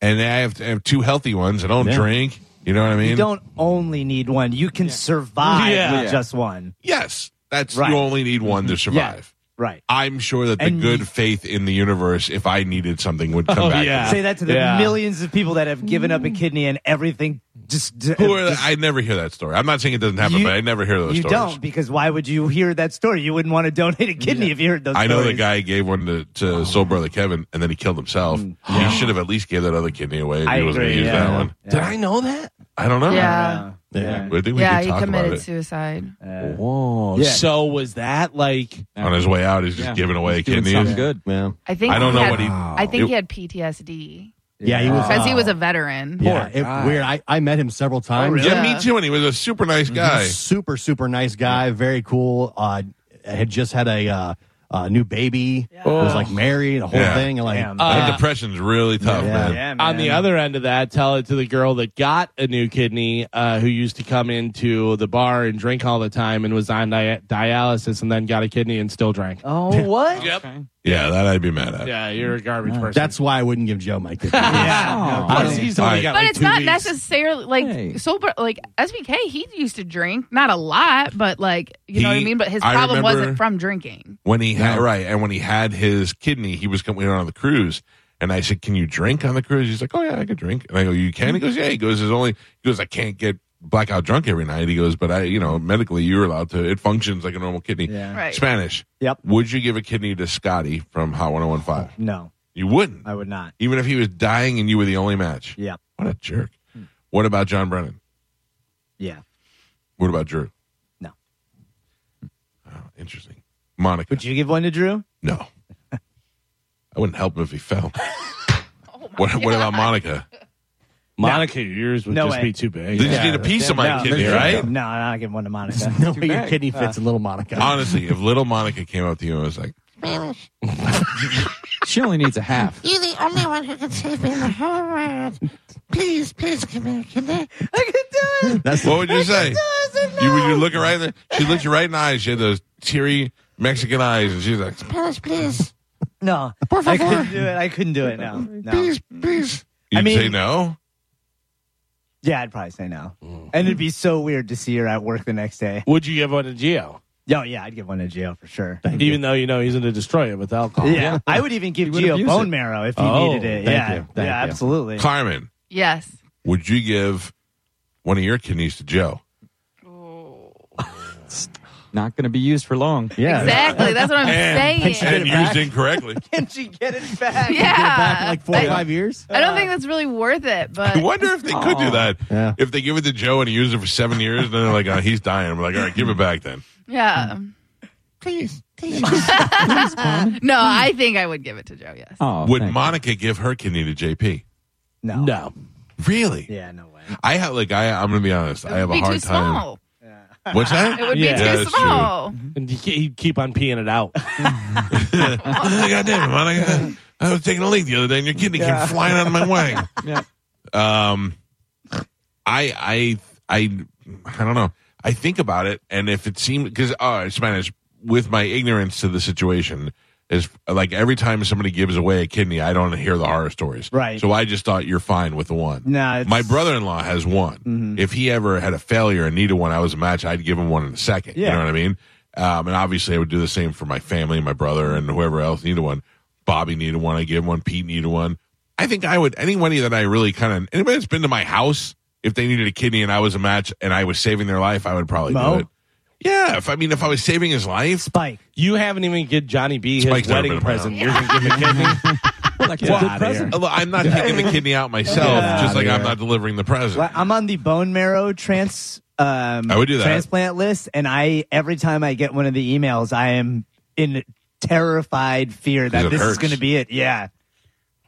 and I have, to, I have two healthy ones. I don't drink. You know what I mean? You don't only need one. You can survive Yeah. with Yeah. just one. Yes, that's Right. you only need one to survive. Right. I'm sure that the And good you- faith in the universe, if I needed something, would come Oh, back. yeah. To me. Say that to the Yeah. millions of people that have given up a kidney and everything. Just, d- Who are, just- I never hear that story. I'm not saying it doesn't happen, You- but I never hear those you stories. don't because why would you hear that story? You wouldn't want to donate a kidney if you heard those. I know the stories. Oh, guy gave one to, to Soul Brother Kevin, and then he killed himself. He should have at least gave that other kidney away. If Mm. I he was going to agree, use yeah. that one. Yeah. Did I know that? I don't know. yeah. Yeah. I think we Yeah, did he talk about committed it. suicide. Uh, Whoa. Yeah. So was that like? On his way out, he's just Yeah. giving away He's doing kidneys. something good. Yeah. I think I don't he know had- what he- I think It- he had PTSD Yeah, he was. because he uh, was a veteran. Yeah, it- guy. weird. I, I met him several times. really? Yeah, Yeah. me too. And he was a super nice guy. Super, super nice guy. Very cool. Uh, had just had a uh, uh, new baby. Oh. Was like married, a whole Yeah. thing. And like, Damn. That Uh, depression's really tough, yeah. man. yeah, On the man. other end of that, tell it to the girl that got a new kidney, uh, who used to come into the bar and drink all the time, and was on dia- dialysis, and then got a kidney and still drank. Oh what? Yep. Yeah, that I'd be mad at. Yeah, you're a garbage person. that's why I wouldn't give Joe my kidney. Yeah. Plus, he's only Alright. got But like it's two not weeks. necessarily like Hey. sober. Like SBK, he used to drink, not a lot, but like you know what I He- mean. But his I problem remember- wasn't from drinking. When he had right, and when he had his kidney, he was coming on the cruise. And I said, "Can you drink on the cruise?" He's like, "Oh yeah, I could drink." And I go, "You can?" Mm-hmm. He goes, "Yeah." He goes, "There's only." He goes, "I can't get blackout drunk every night." He goes, "But I, you know, medically, you're allowed to. It functions like a normal kidney." Yeah. Right. Spanish. Yep. Would you give a kidney to Scotty from Hot 1015? No, You wouldn't. I would not. Even if he was dying and you were the only match. Yeah. Hmm. What a jerk. What about John Brennan? Yeah. What about Drew? No. Oh, interesting. Monica. Would you give one to Drew? no. I wouldn't help him if he fell. what, what about Monica? Monica, yours would No just way. be too big. They just need a piece of my no, kidney, there's- right? No, I'm not giving one to Monica. no way your bad. kidney fits in Little Monica. Honestly, if little Monica came up to you and was like, She only needs a half. You're the only one who can save me in the whole world. Please, please give me a kidney. That's what would you say? You would you look her right in the, she looked you right in the eyes. She had those teary Mexican eyes and she's like, Please, please. No, Por I favor. couldn't do it. I couldn't do it. No, no. Please, please. You'd I mean- say no? Yeah, I'd probably say no. And it'd be so weird to see her at work the next day. Would you give one to Geo? Yo, Oh, yeah, I'd give one to Gio for sure. Even though you know he's going to destroy it with alcohol. Yeah. I would even give would Gio abuse bone it. marrow if he Oh, needed it. thank yeah, you, thank yeah, you. absolutely. Carmen, Yes. would you give one of your kidneys to Joe? Not going to be used for long. Yeah. Exactly. That's what I'm saying. And used incorrectly. Can she get it back? Yeah. back in like four or five years. I don't think that's really worth it, but I wonder if they could do that. Yeah. If they give it to Joe and he uses it for seven years, and then they're like, oh, he's dying. I'm like, all right, give it back then. yeah. Please, please. No, I think I would give it to Joe. Yes. Oh, Would thank you. Monica give her kidney to JP? No. No. Really? Yeah, no way. I have like I I'm gonna be honest. It I have would a be hard too time. small. What's that? It would Yeah. be Yeah, too that's true. small. And he- he'd keep on peeing it out. Oh, God damn it, Monica. I was taking a leak the other day and your kidney came flying out of my wang. Yeah. Um I I I I don't know. I think about it and if it seemed because uh Spanish with my ignorance to the situation is like every time somebody gives away a kidney, I don't hear the horror stories. Right. So I just thought you're fine with the one. No, it's- my brother-in-law has one. Mm-hmm. If he ever had a failure and needed one, I was a match. I'd give him one in a second. You Yeah. know what I mean? Um, and obviously, I would do the same for my family, my brother, and whoever else needed one. Bobby needed one. I give him one. Pete needed one. I think I would. Anybody that I really kind of anybody that's been to my house, if they needed a kidney and I was a match and I was saving their life, I would probably Mo? do it. Yeah, if I mean if I was saving his life, Spike. You haven't even given Johnny B his Spike's never wedding been around. present. You're going to give him a kidney? Like, it's a Well, good present. Although I'm not taking the kidney out myself, Yeah. just like I'm not delivering the present. Well, I'm on the bone marrow trans. Um, I would do that. Transplant list, and I every time I get one of the emails, I am in terrified fear that it this is hurts. going to be it. Yeah,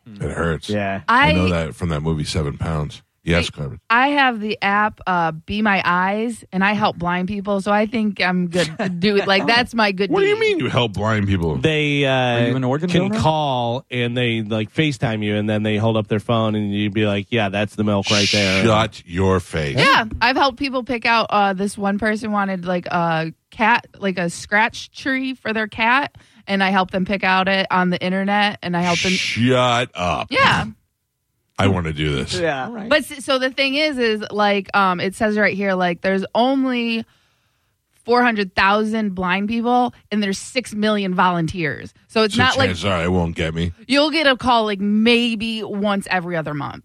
It hurts. yeah. I know I that from that movie Seven Pounds. Yes, Carmen. I have the app uh, Be My Eyes, and I Mm-hmm. help blind people, so I think I'm good. to Do it like that's my good. What do you deed. mean you help blind people? They uh, Are you an organ can donor? call and they like FaceTime you and then they hold up their phone and you'd be like, yeah, that's the milk right there. Shut your face. Yeah, I've helped people pick out. Uh, this one person wanted like a cat, like a scratch tree for their cat, and I helped them pick out it on the internet, and I helped them. Shut up. I Yeah, want to do this. Yeah. All right. But s- so the thing is, is like um, it says right here, like there's only four hundred thousand blind people, and there's six million volunteers. So it's So not like chances are it won't get me. you'll get a call like maybe once every other month.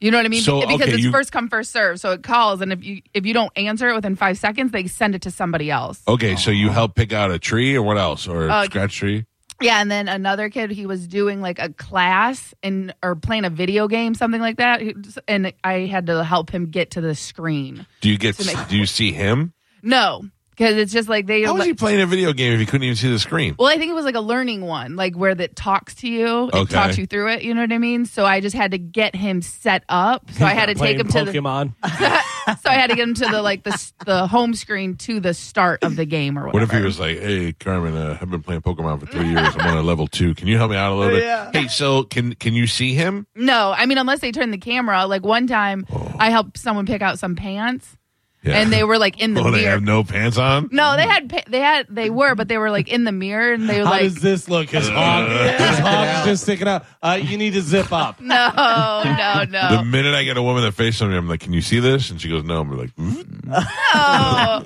You know what I mean? So, because okay, it's you- first come first serve. So it calls, and if you if you don't answer it within five seconds, they send it to somebody else. Okay, so you help pick out a tree or what else? Or a Oh. Uh, scratch tree? Yeah, and then another kid, he was doing like a class and or playing a video game, something like that, He- and I had to help him get to the screen. Do you get to make- do you see him? No, because it's just like they. How was he playing a video game if he couldn't even see the screen? Well, I think it was like a learning one, like where that talks to you, it Okay. talks you through it. You know what I mean? So I just had to get him set up. So I had to take Playing him to the. Pokemon. So I had to get him to the like the s- the home screen to the start of the game or What whatever. if he was like, "Hey, Carmen, uh, I've been playing Pokemon for three years. I'm on a level two. Can you help me out a little bit? Yeah. Hey, so can can you see him? No, I mean unless they turn the camera. Like one time, Oh. I helped someone pick out some pants, and they were like in the Oh, they mirror. have no pants on. No, they had pa- they had they were, but they were like in the mirror, and they were How like, does this look? His hog, his hog's just sticking out. Uh, you need to zip up. no, "Oh, no, no. The minute I get a woman that faces me, I'm like, "Can you see this?" And she goes, "No." I'm like, "Hmm?" Oh.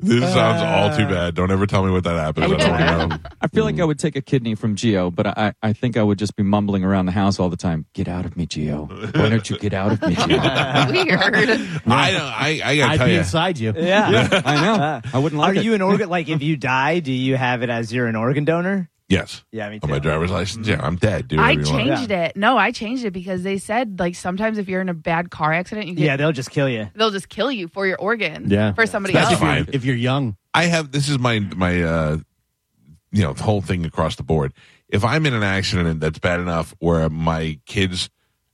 "This sounds all Uh, too bad. Don't ever tell me what that app is. I don't wanna know." I feel Mm. like I would take a kidney from Geo, but I, I think I would just be mumbling around the house all the time. Get out of me, Geo. Why don't you get out of me, Geo? I weird. I don't. I, I gotta I'd tell be you. inside you. Yeah. know. I wouldn't Are like it. you an organ? Like, if you die, do you have it as you're an organ donor? Yes. Yeah, me On my too. driver's license. Yeah, I'm dead. Do I whatever you want. changed it. No, I changed it because they said like sometimes if you're in a bad car accident, you get Yeah, they'll just kill you. they'll just kill you for your organ. Yeah. for somebody That's else. fine. If you're young, I have. This is my my. uh You know, the whole thing across the board. If I'm in an accident that's bad enough, where my kids,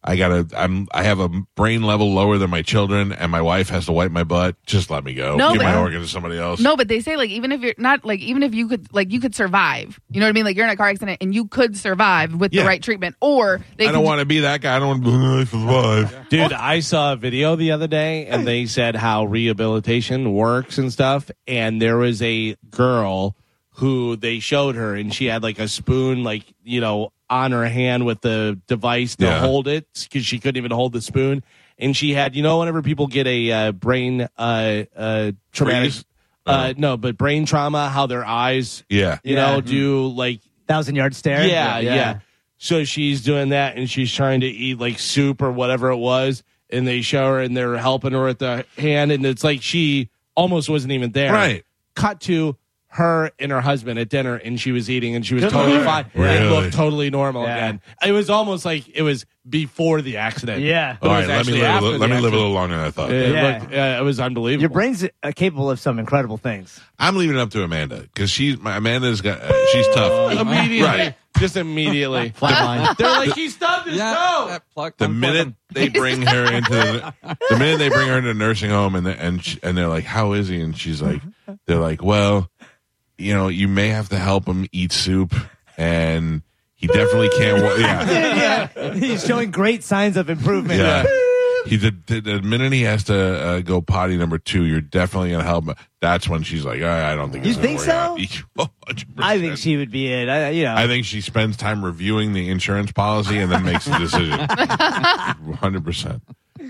I gotta. I'm. I have a brain level lower than my children, and my wife has to wipe my butt. Just let me go. No, Give but- my organ to somebody else. No, but they say like even if you're not like even if you could like you could survive. You know what I mean? Like you're in a car accident and you could survive with Yeah. the right treatment, or they I don't can want to be that guy. I don't want to survive. Dude, I saw a video the other day and they said how rehabilitation works and stuff. And there was a girl who they showed her, and she had like a spoon, like you know, on her hand with the device to Yeah. hold it because she couldn't even hold the spoon. And she had, you know, whenever people get a uh, brain uh, uh, traumatic, Freeze? Oh. uh, no, but brain trauma, how their eyes, Yeah. mm-hmm. you Yeah. know, do like Thousand yard stare. yeah, yeah, So she's doing that, and she's trying to eat like soup or whatever it was, and they show her, and they're helping her with the hand, and it's like she almost wasn't even there. Right. Cut to her and her husband at dinner, and she was eating, and she was Good totally Lord. fine. Really? It looked totally normal Yeah. again. It was almost like it was before the accident. Yeah. But All it right, was let me actually live a after little, the let me live a accident. little longer than I thought. It, Yeah. looked- yeah, it was unbelievable. Your brain's uh, capable of some incredible things. I'm leaving it up to Amanda because she's my Amanda's got uh, she's tough. immediately, Right. just immediately. Flatline. They're like, he stubbed his toe. that plug- The unplug minute them. they bring her into the, the minute they bring her into a nursing home and the, and sh and they're like, how is he? And she's like, they're like, well, you know, you may have to help him eat soup, and he definitely can't. Wa- yeah, yeah. He's showing great signs of improvement. yeah. He did, did- the minute he has to uh, go potty number two, you're definitely gonna help him. That's when she's like, I, I don't think You it's gonna think work out." oh, 100%. I think she would be it. I, you know, I think she spends time reviewing the insurance policy and then makes a decision. 100%.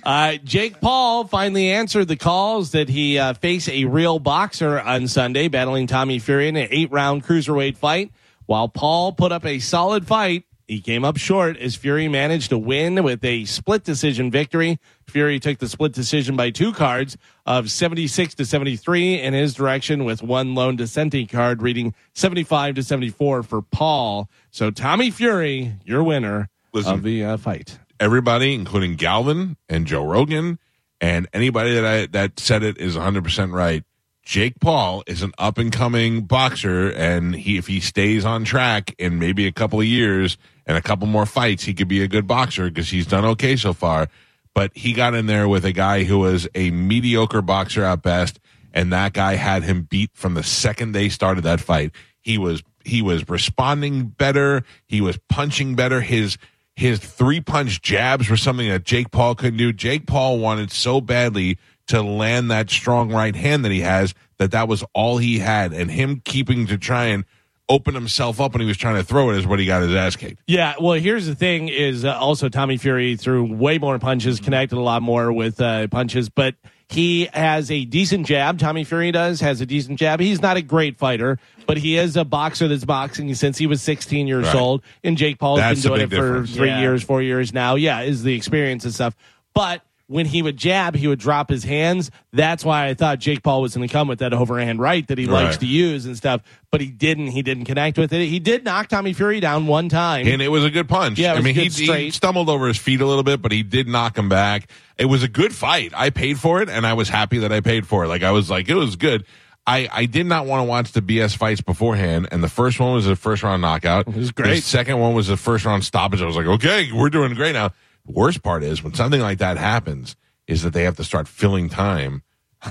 Uh, Jake Paul finally answered the calls that he uh, faced a real boxer on Sunday, battling Tommy Fury in an eight round cruiserweight fight. While Paul put up a solid fight, he came up short as Fury managed to win with a split decision victory. Fury took the split decision by two cards of 76 to 73 in his direction, with one lone dissenting card reading 75 to 74 for Paul. So, Tommy Fury, your winner Listen. of the uh, fight. Everybody, including Galvin and Joe Rogan and anybody that I, that said it is 100% right. Jake Paul is an up and coming boxer and he if he stays on track in maybe a couple of years and a couple more fights, he could be a good boxer because he's done okay so far. But he got in there with a guy who was a mediocre boxer at best and that guy had him beat from the second they started that fight. He was he was responding better, he was punching better. His his three punch jabs were something that Jake Paul couldn't do. Jake Paul wanted so badly to land that strong right hand that he has that that was all he had, and him keeping to try and open himself up when he was trying to throw it is what he got his ass kicked. Yeah, well, here's the thing: is uh, also Tommy Fury threw way more punches, connected a lot more with uh, punches, but he has a decent jab. Tommy Fury does has a decent jab. He's not a great fighter, but he is a boxer that's boxing since he was 16 years Right. old. And Jake Paul's That's the been doing it big difference. for three Yeah. years, four years now. Yeah, is the experience and stuff, but. When he would jab, he would drop his hands. That's why I thought Jake Paul was going to come with that overhand right that he Right. likes to use and stuff. But he didn't. He didn't connect with it. He did knock Tommy Fury down one time. And it was a good punch. Yeah, it I was mean, good he, he straight. stumbled over his feet a little bit, but he did knock him back. It was a good fight. I paid for it, and I was happy that I paid for it. Like I was like, it was good. I, I did not want to watch the BS fights beforehand, and the first one was a first round knockout. It was great. The second one was the first round stoppage. I was like, okay, we're doing great now. The worst part is when something like that happens, is that they have to start filling time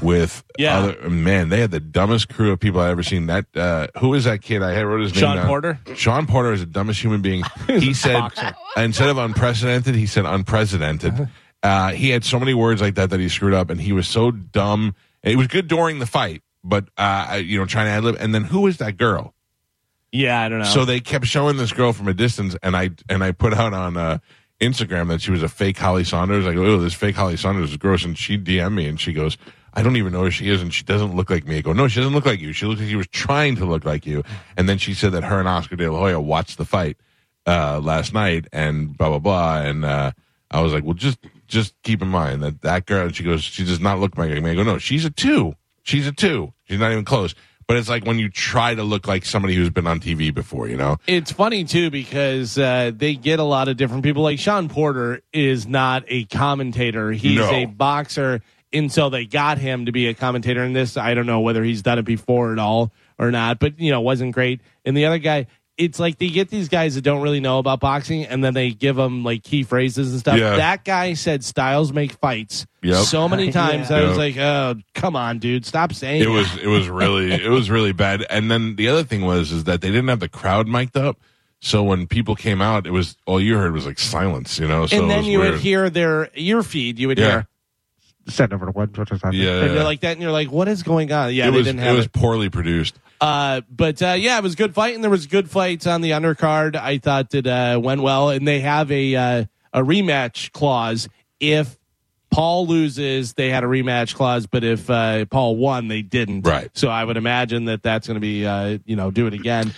with Yeah. other man. They had the dumbest crew of people I've ever seen. That uh, who is that kid? I wrote his name Sean down. Porter? Sean Porter is the dumbest human being. He said instead of unprecedented, he said Uh-huh. unprecedented. Uh, he had so many words like that that he screwed up, and he was so dumb. It was good during the fight, but uh, I- you know, trying to ad lib. And then who is that girl? Yeah, I don't know. So they kept showing this girl from a distance, and I and I put out on uh, Instagram that she was a fake Holly Saunders. I go, oh, this fake Holly Saunders is gross, and she DM me, and she goes, I don't even know who she is, and she doesn't look like me. I go, no, she doesn't look like you. She looks like she was trying to look like you, and then she said that her and Oscar De La Hoya watched the fight uh, last night, and blah blah blah, and uh, I was like, well, just just keep in mind that that girl. And she goes, she does not look like me. I go, no, she's a two. She's a two. She's not even close. But it's like when you try to look like somebody who's been on TV before, you know? it's funny too because uh, they get a lot of different people. Like Sean Porter is not a commentator; he's No. a boxer, and so they got him to be a commentator in this. I don't know whether he's done it before at all or not, but you know, wasn't great. And the other guy. It's like they get these guys that don't really know about boxing, and then they give them like key phrases and stuff. Yeah. That guy said styles make fights Yep. so many times. I was Yep. like, "Oh, come on, dude, stop saying It was it was really it was really bad. And then the other thing was is that they didn't have the crowd mic'd up. So when people came out, it was all you heard was like silence, you know. So and it then was you weird. would hear their ear feed. You would Yeah. hear send over to one. such as that. Yeah. And they're like that, and you're like, what is going on? Yeah, it they was didn't it have was poorly produced. Uh, but uh, yeah, it was a good fight, and there was good fights on the undercard. I thought it uh, went well, and they have a uh, a rematch clause. If Paul loses, they had a rematch clause, but if uh, Paul won, they didn't. Right. So I would imagine that that's going to be uh, you know do it again.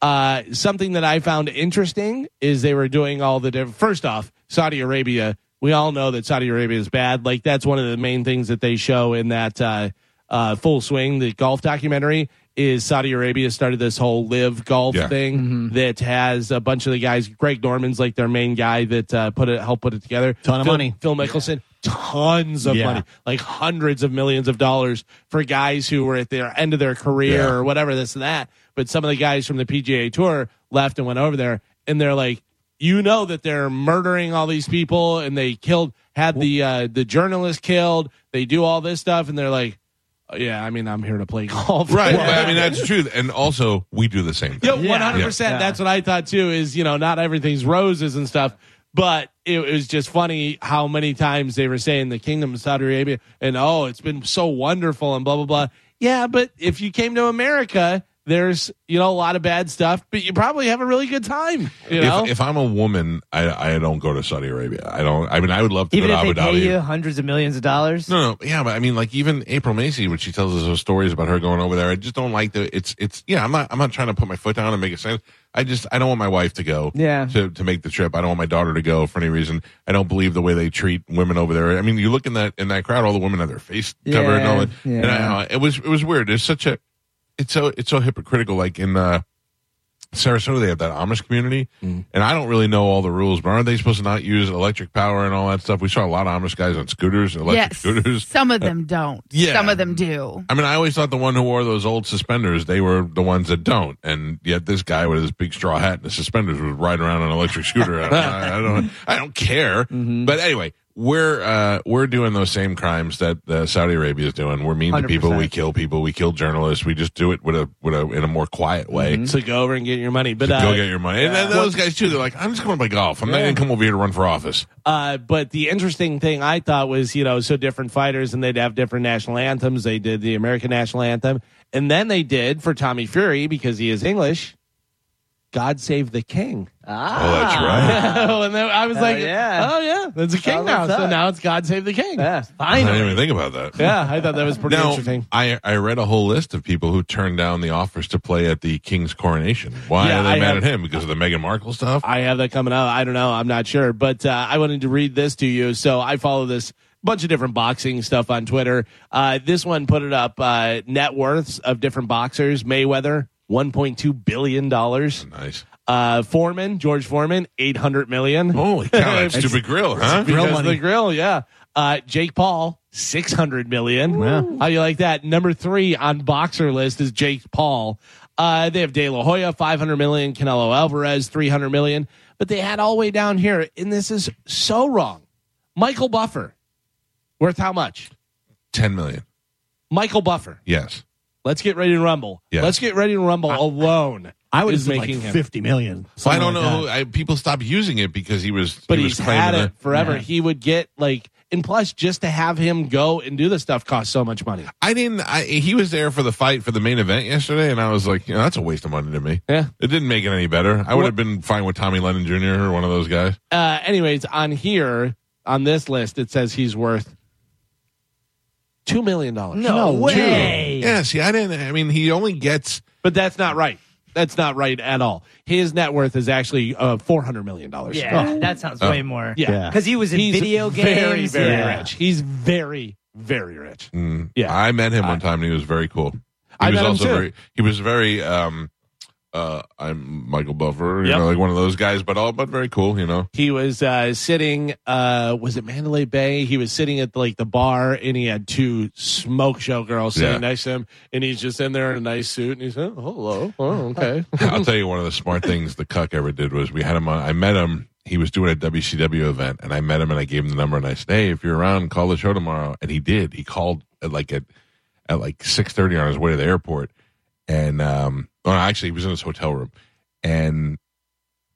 Uh, something that I found interesting is they were doing all the different. First off, Saudi Arabia. We all know that Saudi Arabia is bad. Like that's one of the main things that they show in that uh, uh, Full Swing, the golf documentary. Is Saudi Arabia started this whole live golf Yeah. thing Mm-hmm. that has a bunch of the guys. Greg Norman's like their main guy that uh, put it, helped put it together. Ton of Phil- money. Phil Mickelson, tons of Yeah. money, like hundreds of millions of dollars for guys who were at their end of their career Yeah. or whatever, this and that. But some of the guys from the PGA Tour left and went over there, and they're like, you know that they're murdering all these people, and they killed, had the uh, the journalist killed. They do all this stuff, and they're like, "Oh, yeah, I mean, I'm here to play golf, Right. Well, I mean, that's true. And also, we do the same thing. yeah, one hundred percent. Yeah. That's what I thought too. Is you know not everything's roses and stuff, but it, was just funny how many times they were saying the kingdom of Saudi Arabia and oh, it's been so wonderful and blah blah blah. Yeah, but if you came to America, there's you know a lot of bad stuff, but you probably have a really good time. You know, If, if I'm a woman, I, I don't go to Saudi Arabia. I don't. I mean, I would love to Even go to if they Abu pay you Dhabi. hundreds of millions of dollars. No, no, yeah, but I mean, like even April Macy, when she tells us those stories about her going over there, I just don't like the. It's, it's, yeah, I'm not, I'm not trying to put my foot down and make a sense. I just, I don't want my wife to go, Yeah. to to make the trip. I don't want my daughter to go for any reason. I don't believe the way they treat women over there. I mean, you look in that in that crowd, all the women have their face covered and all Yeah, that. And I don't know, it was, it was weird. It's such a, it's so, it's so hypocritical. Like in uh, Sarasota, they have that Amish community, and I don't really know all the rules, but aren't they supposed to not use electric power and all that stuff? We saw a lot of Amish guys on scooters, and electric yes, scooters. some of them don't. Uh, yeah. some of them do. I mean, I always thought the one who wore those old suspenders, they were the ones that don't. And yet this guy with his big straw hat and the suspenders was riding around on an electric scooter. I, I, I don't I don't care. But anyway, we're uh, we're doing those same crimes that uh, Saudi Arabia is doing. We're mean to people. We 100%. kill people. We kill journalists. We just do it with a with a in a more quiet way. so go over and get your money. But Go uh, get your money. And then those guys too. They're like, I'm just going to play golf. I'm not going to come over here to run for office. Uh, but the interesting thing I thought was, you know, so different fighters and they'd have different national anthems. They did the American national anthem. And then they did for Tommy Fury, because he is English, God Save the King. Oh, Ah. that's right. and then I was like, yeah. oh, yeah, that's a king Oh, now. what's So up? now it's God Save the King. Yeah, I finally. didn't even think about that. Yeah, I thought that was pretty interesting. I I read a whole list of people who turned down the offers to play at the King's coronation. Why Yeah, are they I mad have- at him? Because of the Meghan Markle stuff? I have that coming up. I don't know. I'm not sure. But uh, I wanted to read this to you. So I follow this bunch of different boxing stuff on Twitter. Uh, this one put it up uh, net worths of different boxers. Mayweather, $1.2 billion. nice. Uh, Foreman, George Foreman, $800 million. Holy cow, that stupid grill, huh? Because of the grill, yeah. Uh, Jake Paul, six hundred million. How you like that? Number three on boxer list is Jake Paul. Uh, they have De La Hoya, five hundred million. Canelo Alvarez, three hundred million. But they had all the way down here, and this is so wrong. Michael Buffer, worth how much? Ten million. Michael Buffer. Yes. Let's get ready to rumble. Yeah. Let's get ready to rumble alone. I would is have like making him. fifty million. So I don't something like know. that. Who, I, people stopped using it because he was. but he he's was claiming had it that- forever. He would get like, and plus, just to have him go and do this stuff costs so much money. I didn't. I, he was there for the fight for the main event yesterday, and I was like, you know, that's a waste of money to me. Yeah. It didn't make it any better. I would have been fine with Tommy Lennon Jr. or one of those guys. uh, anyways, on here on this list, it says he's worth two million dollars. No way. Yeah. See, I didn't. I mean, he only gets. but that's not right. That's not right at all. His net worth is actually uh, four hundred million dollars. Yeah, that sounds Oh. way more. yeah. Because he was in He's video very, games. very yeah. rich. He's very, very rich. Mm. Yeah. I met him one time and he was very cool. He I was met him also too. very he was very um uh I'm Michael Buffer, you Yep. know, like one of those guys, but all but very cool, you know. He was uh, sitting. Uh, was it Mandalay Bay? He was sitting at like the bar, and he had two smoke show girls sitting Yeah. next to him, and he's just in there in a nice suit, and he's oh, hello, oh, okay. I'll tell you one of the smart things the cuck ever did was we had him on I met him he was doing a WCW event and I met him and I gave him the number and I said, Hey, if you're around, call the show tomorrow and he did. He called at like at at like six thirty on his way to the airport and um well, actually he was in his hotel room and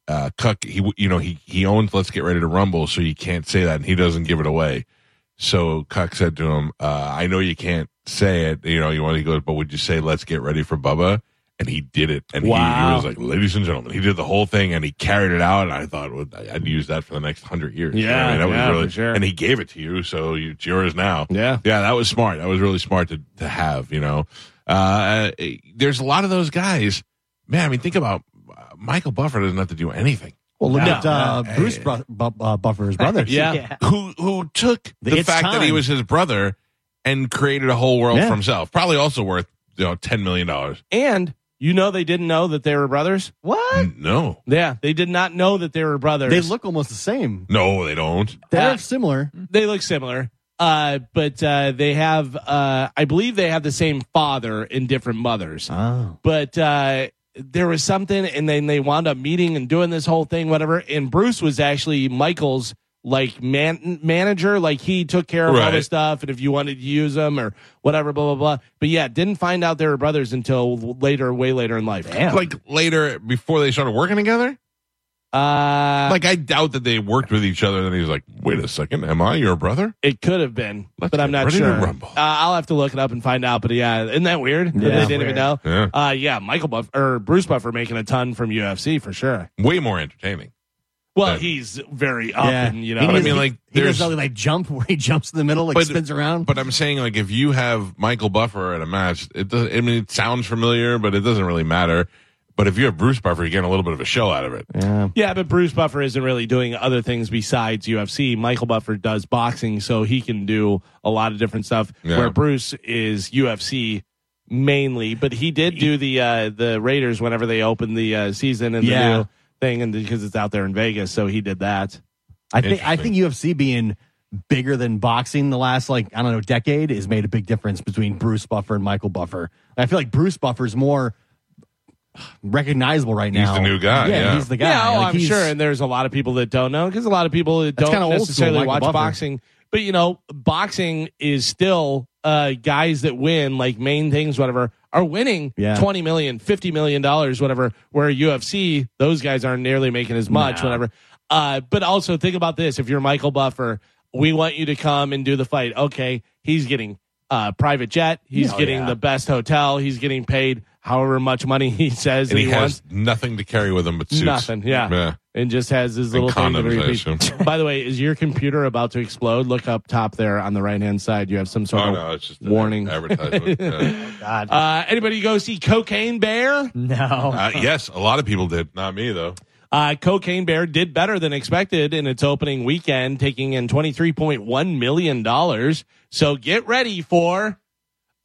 uh Cuck, he w- you know he he owns Let's Get Ready to Rumble, so you can't say that, and he doesn't give it away. So Cuck said to him, uh, I know you can't say it, you know, you want to go, but would you say, let's get ready for Bubba? And he did it. And he- he, Wow. was like, ladies and gentlemen, he did the whole thing and he carried it out. And I thought, well, I'd use that for the next hundred years. You know what I Yeah, mean? That yeah, was really, for sure. and he gave it to you. So you, it's yours now. Yeah. Yeah, that was smart. That was really smart to, to have, you know. Uh, there's a lot of those guys. Man, I mean, think about uh, Michael Buffer doesn't have to do anything. Well, look No. at uh, No. Bruce Bru- Bu- uh, Buffer's brother. Yeah. Who who took the, The It's fact that he Time. was his brother and created a whole world Yeah. for himself. Probably also worth you know ten million dollars. And you know they didn't know that they were brothers? What? No, Yeah, they did not know that they were brothers. They look almost the same. no, they don't. They're Uh, similar. they look similar. Uh, but uh, they have, uh, I believe they have the same father and different mothers. Oh. But uh, there was something, and then they wound up meeting and doing this whole thing, whatever. And Bruce was actually Michael's like man manager, like he took care of all Right. this stuff, and if you wanted to use them or whatever, blah blah blah. But yeah, didn't find out they were brothers until later, way later in life. Damn. Like later, before they started working together, Uh, like I doubt that they worked with each other. Then he's like, "Wait a second, am I your brother?" It could have been, Let's but I'm get not ready to sure. Uh, rumble. I'll have to look it up and find out. But yeah, isn't that weird? that they Yeah. didn't even know. Yeah, Uh, yeah, Michael Buff or Bruce Buffer making a ton from UFC for sure. way more entertaining. Well, Yeah. he's very up, Yeah. and you know, He But I does- mean, like He there's. does that like jump where he jumps in the middle, like But- spins around. But I'm saying, like, if you have Michael Buffer at a match, it does. I mean, it sounds familiar, but it doesn't really matter. But if you have Bruce Buffer, you're getting a little bit of a show out of it. yeah. yeah, but Bruce Buffer isn't really doing other things besides UFC. Michael Buffer does boxing, so he can do a lot of different stuff. Yeah. Where Bruce is UFC mainly, but he did do the uh, the Raiders whenever they opened the uh, season and Yeah. the new thing, and because it's out there in Vegas, so he did that. I think I Interesting. think UFC being bigger than boxing the last like I don't know decade has made a big difference between Bruce Buffer and Michael Buffer. I feel like Bruce Buffer's more recognizable right He's now. the new guy, yeah. he's the guy. Yeah, oh, Like, I'm he's- sure. And there's a lot of people that don't know because a lot of people that That's don't kinda old school, necessarily Michael watch Buffer. boxing. But you know, boxing is still uh, guys that win like main things, whatever, are winning Yeah. 20 million, 50 million dollars, whatever. Where UFC, those guys aren't nearly making as much, whatever. Uh, but also think about this: if you're Michael Buffer, we want you to come and do the fight. Okay, he's getting uh, private jet, Oh, he's getting the best hotel, he's getting paid however much money he says And that he, he has wants nothing to carry with him but suits. Nothing, yeah. Yeah. and just has his And little thing that condoms, I repeats. assume. By the way, is your computer about to explode? Look up top there on the right hand side. You have some sort Oh, of no, it's just an warning. advertisement. Yeah. God. Uh, anybody go see Cocaine Bear? no. Uh, yes, a lot of people did. Not me, though. Uh, Cocaine Bear did better than expected in its opening weekend, taking in twenty three point one million dollars. So get ready for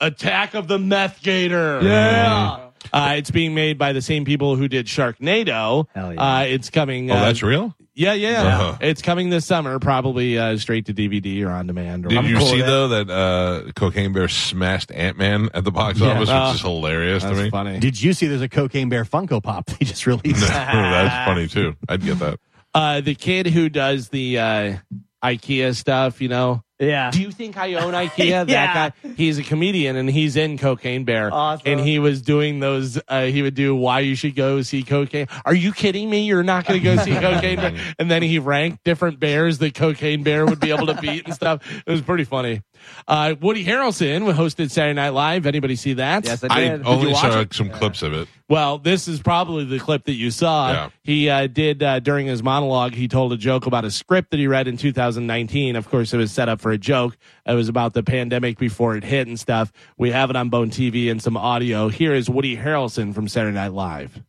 Attack of the Meth Gator. Yeah. Uh, it's being made by the same people who did Sharknado. Hell yeah. Uh, it's coming. oh, uh, that's real? Yeah, yeah. Yeah. It's coming this summer, probably uh, straight to DVD or on demand. Or Did I'm you cool see, with it. though, that uh, Cocaine Bear smashed Ant Man at the box office, Uh, which is hilarious to me? That's funny. Did you see? There's a Cocaine Bear Funko Pop they just released. that's funny, too. I'd get that. Uh, the kid who does the uh, IKEA stuff, you know. Yeah. Do you think I own IKEA? Yeah. That guy. He's a comedian and he's in Cocaine Bear. Awesome. And he was doing those. Uh, he would do why you should go see Cocaine. Are you kidding me? You're not going to go see Cocaine Bear. And then he ranked different bears that Cocaine Bear would be able to beat and stuff. It was pretty funny. Uh, Woody Harrelson hosted Saturday Night Live. Anybody see that? Yes, I I did. only watch saw it? some clips of it. Well, this is probably the clip that you saw. Yeah. He uh, did uh, during his monologue. He told a joke about a script that he read in 2019. Of course, it was set up for a joke. It was about the pandemic before it hit and stuff. We have it on Bone TV and some audio. Here is Woody Harrelson from Saturday Night Live.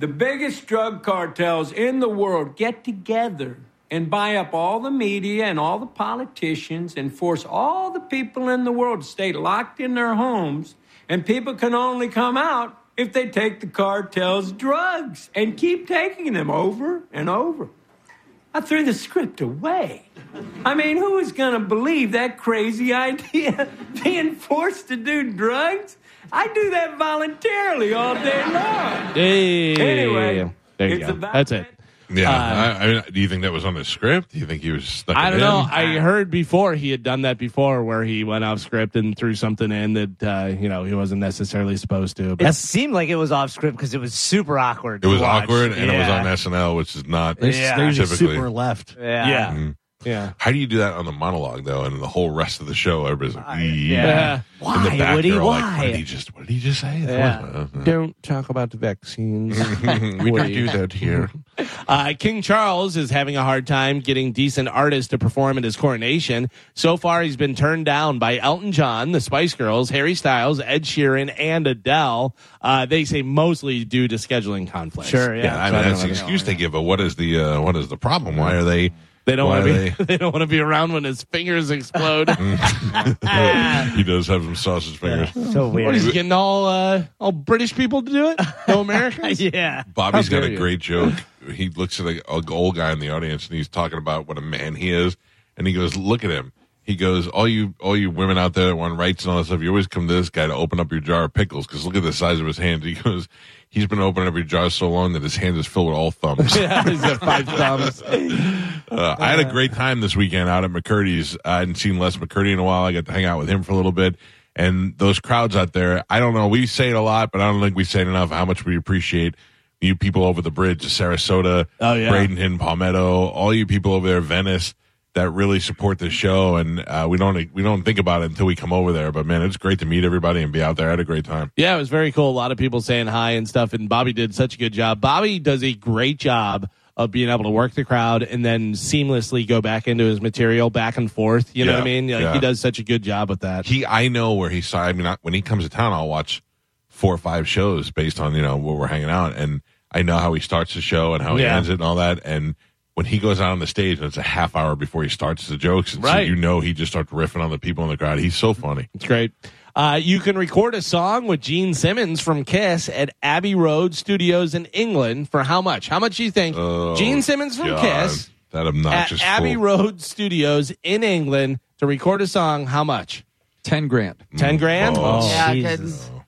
The biggest drug cartels in the world get together and buy up all the media and all the politicians and force all the people in the world to stay locked in their homes. And people can only come out if they take the cartels' drugs and keep taking them over and over. I threw the script away. I mean, who is going to believe that crazy idea? Being forced to do drugs? I do that voluntarily all day long. Hey. Anyway, there you it's go. about- That's it. Yeah. I, I mean, do you think that was on the script? Do you think he was stuck Uh, I it don't know. in? I heard before he had done that before, where he went off script and threw something in that uh, you know he wasn't necessarily supposed to. But It seemed like it was off script because it was super awkward. It to was watch. awkward, and yeah. it was on SNL, which is not There's- They're usually typically. super left. Yeah. Yeah. Yeah. How do you do that on the monologue though, and the whole rest of the show? Everybody's like, yeah. Yeah. In the Why, back, Woody? they're all Why? Like, what did he just? What did he just say? uh, Yeah. Don't talk about the vaccines. we don't do that here. Uh, King Charles is having a hard time getting decent artists to perform at his coronation. So far, he's been turned down by Elton John, the Spice Girls, Harry Styles, Ed Sheeran, and Adele. Uh, they say mostly due to scheduling conflicts. Sure, yeah. Yeah, I So I mean don't that's know. the excuse they give, but what is the uh, what is the problem? Why are they? They don't why want to are be. They? don't want to be around when his fingers explode. they- he does have some sausage fingers. So What, he's weird. getting all uh, all British people to do it. No Americans. yeah. Bobby's How got dare a you. great joke. He looks at a, a old guy in the audience and he's talking about what a man he is, and he goes, "Look at him." He goes, "All you, all you women out there that want rights and all that stuff, you always come to this guy to open up your jar of pickles because look at the size of his hand." He goes, "He's been opening up your jar so long that his hand is filled with all thumbs." He's got five thumbs. Uh, I had a great time this weekend out at McCurdy's. I hadn't seen Les McCurdy in a while. I got to hang out with him for a little bit. And those crowds out there, I don't know. We say it a lot, but I don't think we say it enough how much we appreciate you people over the bridge, Sarasota, Oh, yeah. Bradenton, Palmetto, all you people over there, Venice, that really support the show. And uh, we don't we don't think about it until we come over there. But man, it's great to meet everybody and be out there. I had a great time. Yeah, it was very cool. A lot of people saying hi and stuff, and Bobby did such a good job. Bobby does a great job of being able to work the crowd and then seamlessly go back into his material back and forth. You know Yeah, what I mean? Like, yeah. He does such a good job with that. He, I know where he's. I mean, I, when he comes to town, I'll watch four or five shows based on you know where we're hanging out, and I know how he starts the show and how he Yeah. ends it and all that. And when he goes out on the stage, and it's a half hour before he starts the jokes, and so Right. you know he just starts riffing on the people in the crowd. He's so funny. It's great. Uh, you can record a song with Gene Simmons from Kiss at Abbey Road Studios in England for how much? How much do you think? Gene Simmons from Oh, God, Kiss that at obnoxious Abbey fool. Road Studios in England to record a song. How much? Ten grand. Ten grand? Oh. yeah, Jesus. good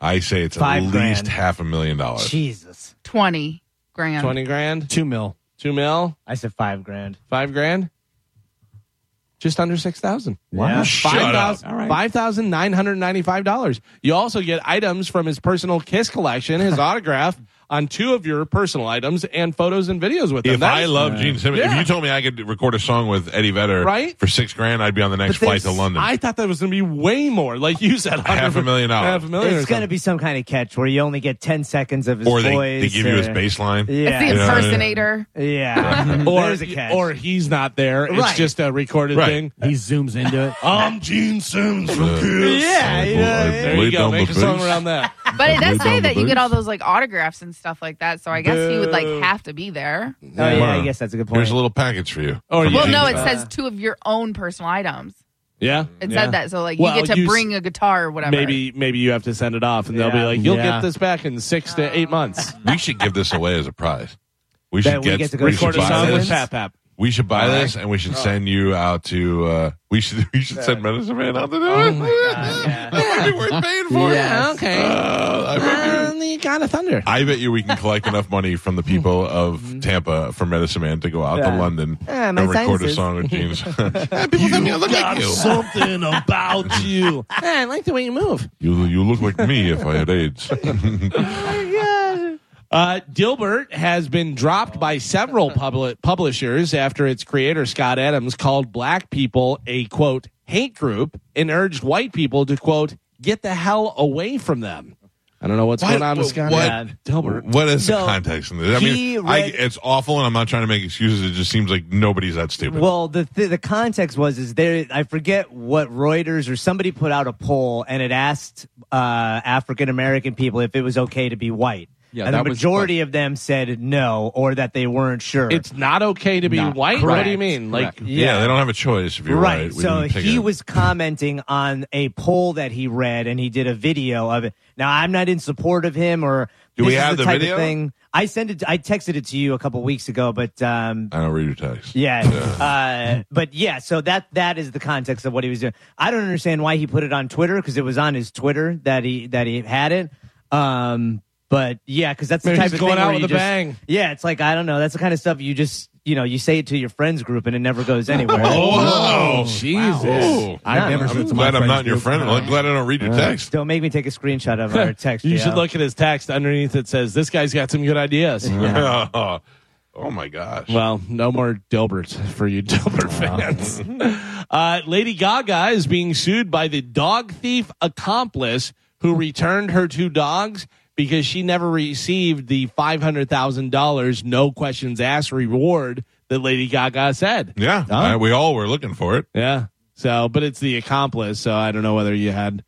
I say it's at Five least grand. half a million dollars. Jesus. twenty grand. Twenty grand? Two mil. Two mil? I said five grand. Five grand? Just under six thousand. Wow. Shut up. Five thousand nine hundred ninety-five dollars. You also get items from his personal Kiss collection, his autograph on two of your personal items, and photos and videos with him. If That I is- love Gene Simmons, if Yeah. you told me I could record a song with Eddie Vedder Right? for six grand, I'd be on the next But flight there's- to London. I thought that was going to be way more. Like you said, Half a million dollars. Half a million. It's going to be some kind of catch where you only get 10 seconds of his or they, voice. they give you his or- bass line. It's the Yeah. Yeah. impersonator. Yeah. or, There's a catch. or he's not there. Right. It's just a recorded Right. thing. He zooms into it. I'm Gene Simmons from Kiss. Yeah, yeah, yeah. There you go. Make a song around that. But it Laid down does say the that you boots. get all those like autographs and stuff like that. So I guess he would like Boo. have to be there. Oh, yeah, I guess that's a good point. Here's a little package for you. Or From you- Well, Gene no, it Simmons. says two of your own personal items. Yeah, It Yeah. said that. So like Well, you get to you s- bring a guitar or whatever. Maybe maybe you have to send it off, and they'll be Yeah. like, "You'll Yeah. get this back in six to eight months." we should give this away as a prize. We That should we get, get to go we to should Record a buy song buy with this. Pap Pap. We should buy this, and we should send you out to. Uh, we should we should send Medicine Man out to do it. Oh that might be worth paying for. Yeah, okay. Uh, I bet you- the God of Thunder. I bet you we can collect enough money from the people Mm-hmm. of Tampa for Medicine Man to go out to Yeah. London Yeah, and my record a sinuses. song with Gene. people think you look like you. something about you. I like the way you move. You you look like me if I had AIDS. Uh, Dilbert has been dropped by several publi- publishers after its creator Scott Adams called black people a quote hate group and urged white people to quote get the hell away from them. I don't know what's going on with Scott what- Ad- Dilbert. What is the So, context in this? I he mean, I, read- it's awful, and I'm not trying to make excuses. It just seems like nobody's that stupid. Well, the th- the context was is there. I forget what Reuters or somebody put out a poll, and it asked uh, African American people if it was okay to be white. Yeah, and the that was the majority of them said no, or that they weren't sure. It's not okay to be Not white. What do you correct. mean? Like yeah. they don't have a choice if you're right. right. We So didn't pick he it. was commenting on a poll that he read, and he did a video of it. Now I'm not in support of him, or Do this we is have the the, type video? of thing. I sent it. I texted it to you a couple weeks ago, but um, I don't read your text. Yeah. Uh, but yeah, so that that is the context of what he was doing. I don't understand why he put it on Twitter because it was on his Twitter that he that he had it. Um, but yeah, because that's the Maybe type he's of going thing out where with you a just- bang. Yeah, it's like I don't know. That's the kind of stuff you just you know you say it to your friends group and it never goes anywhere. Oh, Jesus. Oh. I've never I'm sent to my glad I'm not friends in your group. friend. I'm glad I don't read your text. Don't make me take a screenshot of our text. You yeah. Mm-hmm. should look at his text. Underneath it says, "This guy's got some good ideas." oh, Oh my gosh. Well, no more Dilberts for you Dilbert fans. Uh, Lady Gaga is being sued by the dog thief accomplice who returned her two dogs because she never received the $500,000 no questions asked reward that Lady Gaga said. yeah, uh, we all were looking for it. Yeah. So, but it's the accomplice, so I don't know whether you had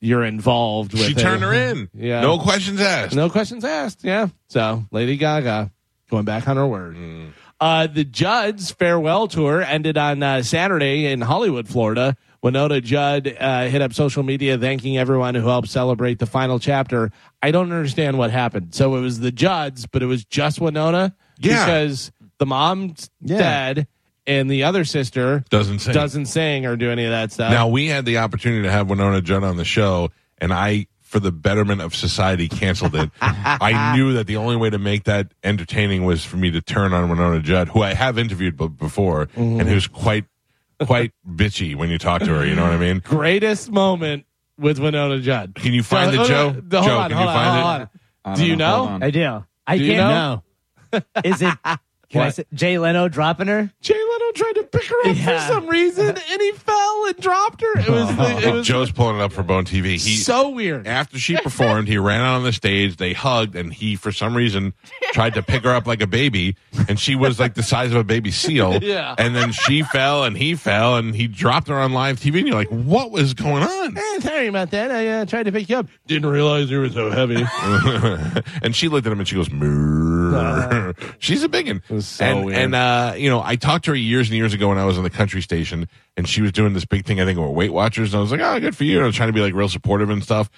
you're involved with She it. turned her in. Yeah. No questions asked. No questions asked. Yeah. So Lady Gaga going back on her word. Mm. Uh, the Judd's farewell tour ended on uh, Saturday in Hollywood, Florida. Winona Judd uh, hit up social media thanking everyone who helped celebrate the final chapter. I don't understand what happened. So it was the Judds, but it was just Winona Yeah. because the mom's Yeah. dead and the other sister Doesn't sing. doesn't sing or do any of that stuff. Now we had the opportunity to have Winona Judd on the show, and I, for the betterment of society, canceled it. I knew that the only way to make that entertaining was for me to turn on Winona Judd, who I have interviewed b- before, and who's quite, quite bitchy when you talk to her. You know what I mean? Greatest moment with Winona Judd. oh, Can you find the No, no, Joe? no, Joe, Hold on, can you hold on, find hold it? on. I Do don't you know? Hold on. I do. I Do you can't know? Is it? Can I What? say Jay Leno dropping her? Jay Leno tried to pick her up Yeah. for some reason, and he fell and dropped her. It was the, it was Joe's pulling it up for Bone TV. He, so weird. after she performed, he ran out on the stage. They hugged, and he, for some reason, tried to pick her up like a baby, and she was like the size of a baby seal. Yeah. And then she fell, and he fell, and he dropped her on live TV. And you're like, what was going on? Eh, sorry about that. I uh, tried to pick you up. Didn't realize you were so heavy. and she looked at him and she goes, "Mrrr." she's a big one. Uh-huh. was so and, weird. and uh, you know, I talked to her years and years ago when I was on the country station, and she was doing this big thing. I think with Weight Watchers, and I was like, oh, good for you. And I was trying to be like real supportive and stuff.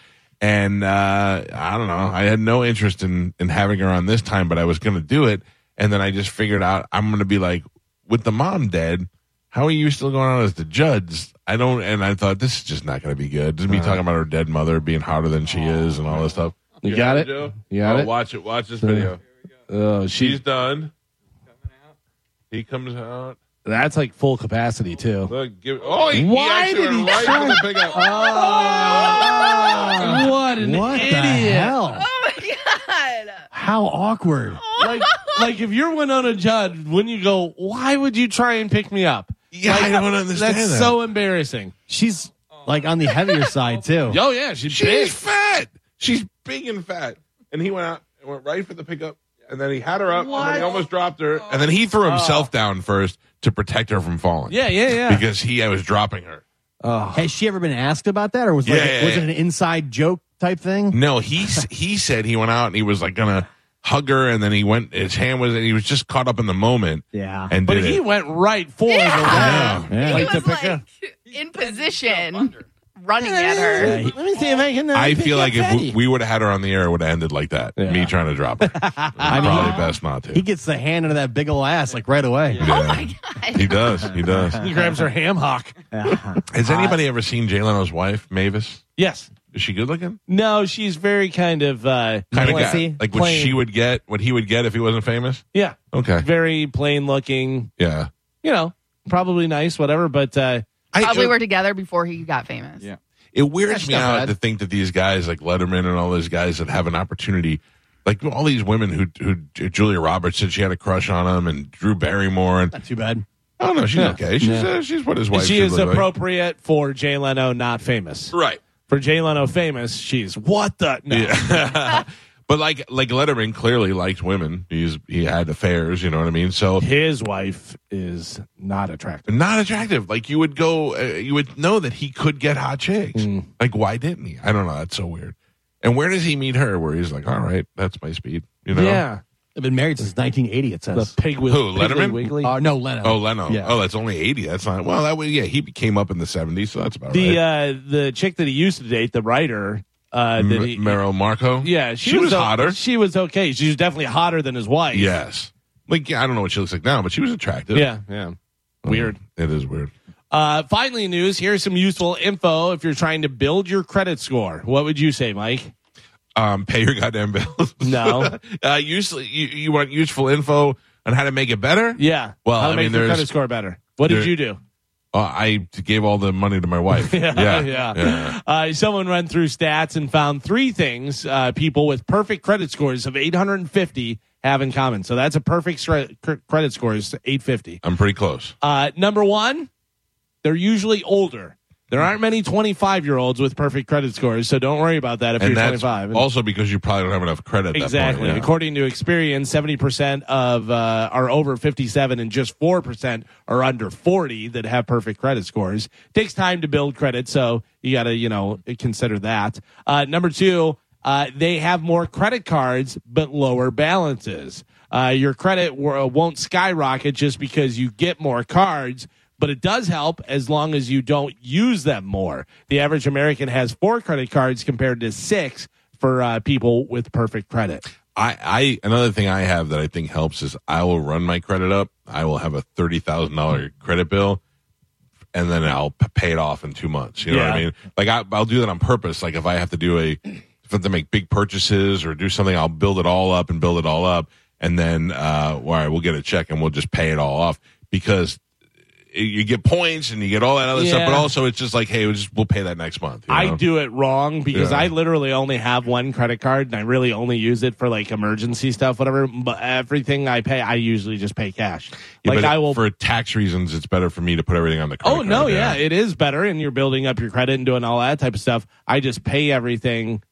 And uh, I don't know, I had no interest in in having her on this time, but I was going to do it. And then I just figured out I'm going to be like, with the mom dead, how are you still going on as the Judds? I don't. And I thought this is just not going to be good. Just me Uh-huh. talking about her dead mother being hotter than she is and all this stuff. You got it? You got Oh, it? Watch it. Watch this video. Oh, She's she's done. He comes out. that's like full capacity too. Look, give, oh, he, Why he actually did went he right to the pickup. Oh! What an What the hell? Oh my god. How awkward. Like, like if you're Winona Judd, wouldn't you go? Why would you try and pick me up? Yeah, I don't understand That's that. so embarrassing. She's like on the heavier side too. Oh yeah, she's, She's big. fat. She's big and fat. And he went out and went right for the pickup. And then he had her up. And then he almost dropped her. And then he threw himself down first to protect her from falling. Oh. Yeah, yeah, yeah. Because he I was dropping her. Has she ever been asked about that, or was like, Yeah, yeah, was yeah. Mm. it an inside joke type thing? No, he s- he said he went out and he was like gonna hug her, and then he went. His hand was. He was just caught up in the moment. Yeah. and but did he it. went right for her. Yeah. Yeah. He Like to was pick like up. in position, running at her. Yeah, he- Let me see if I can. I feel like if we, we would have had her on the air, it would have ended like that. Me trying to drop her. Probably best not to. He gets the hand into that big ol' ass like right away. oh my god. He does. He does. He grabs her ham hock. Has anybody ever seen Jay Leno's wife, Mavis? Yes. Is she good looking? No, she's very kind of uh Kind of plain- guy. Like what plain- she would get, what he would get if he wasn't famous. Yeah. Okay. Very plain looking, Yeah. you know, probably nice, whatever, but uh I, Probably it, were together before he got famous. Yeah. it weirds That's me not out bad. to think that these guys like Letterman and all those guys that have an opportunity, like all these women who who Julia Roberts said she had a crush on him, and Drew Barrymore, and Not too bad. I don't know, she's okay. She's uh, she's what his wife. she should is look like. appropriate for Jay Leno not famous. right? For Jay Leno famous, she's what the no. Yeah. but like like Letterman clearly liked women. He's he had affairs, you know what I mean? So His wife is not attractive. not attractive. Like you would go uh, you would know that he could get hot chicks. Mm. Like why didn't he? I don't know, that's so weird. And where does he meet her where he's like, "All right, that's my speed." You know? Yeah. They've been married since 1980. It The says. pig with Who, Piggly Letterman? Wiggly. Uh, no, Leno. Oh, Leno. Yeah. Oh, that's only 80. That's not. Well, that way yeah, he came up in the 70s, so that's about the right. uh the chick that he used to date, the writer, uh that he M- Meryl Marco? Yeah, She, was, o- hotter. She was okay. She was definitely hotter than his wife. yes. Like yeah, I don't know what she looks like now, but she was attractive. Um, Yeah, yeah. Weird. It is weird. Uh, finally, news. Here's some useful info if you're trying to build your credit score. What would you say, Mike? um, pay your goddamn bills. No. uh, usually, you, you want useful info on how to make it better. Yeah. Well, how to I make mean, your there's- credit score better. What did there- you do? Uh, I gave all the money to my wife. yeah, yeah. Uh, someone ran through stats and found three things uh, people with perfect credit scores of 850 have in common. So that's a perfect stre- cr- credit score is 850. I'm pretty close. Uh, number one, they're usually older. There aren't many 25 year olds with perfect credit scores, so don't worry about that if and you're that's 25. And- also because you probably don't have enough credit. At Exactly. That point, yeah. According to Experian, 70% of uh, are over 57 and just 4% are under 40 that have perfect credit scores. Takes time to build credit, so you got to, you know, consider that. Uh, number two, uh, they have more credit cards but lower balances. Uh, your credit w- won't skyrocket just because you get more cards, but it does help as long as you don't use them more. The average American has four credit cards compared to six for uh, people with perfect credit. I, I another thing I have that I think helps is I will run my credit up. I will have a thirty thousand dollar Mm-hmm. credit bill, and then I'll p- pay it off in two months. You know what I Yeah. mean? Like I, I'll do that on purpose. Like if I have to do a, if I have to make big purchases or do something, I'll build it all up and build it all up, and then uh, all right, we'll get a check and we'll just pay it all off because it, you get points and you get all that other stuff. Yeah. But also, it's just like hey, we'll, just, we'll pay that next month. you I know? do it wrong because Yeah. I literally only have one credit card and I really only use it for like emergency stuff, whatever. But everything I pay, I usually just pay cash. Yeah, like but I will. for tax reasons. It's better for me to put everything on the. Credit oh no, card, yeah. it is better, and you're building up your credit and doing all that type of stuff. I just pay everything.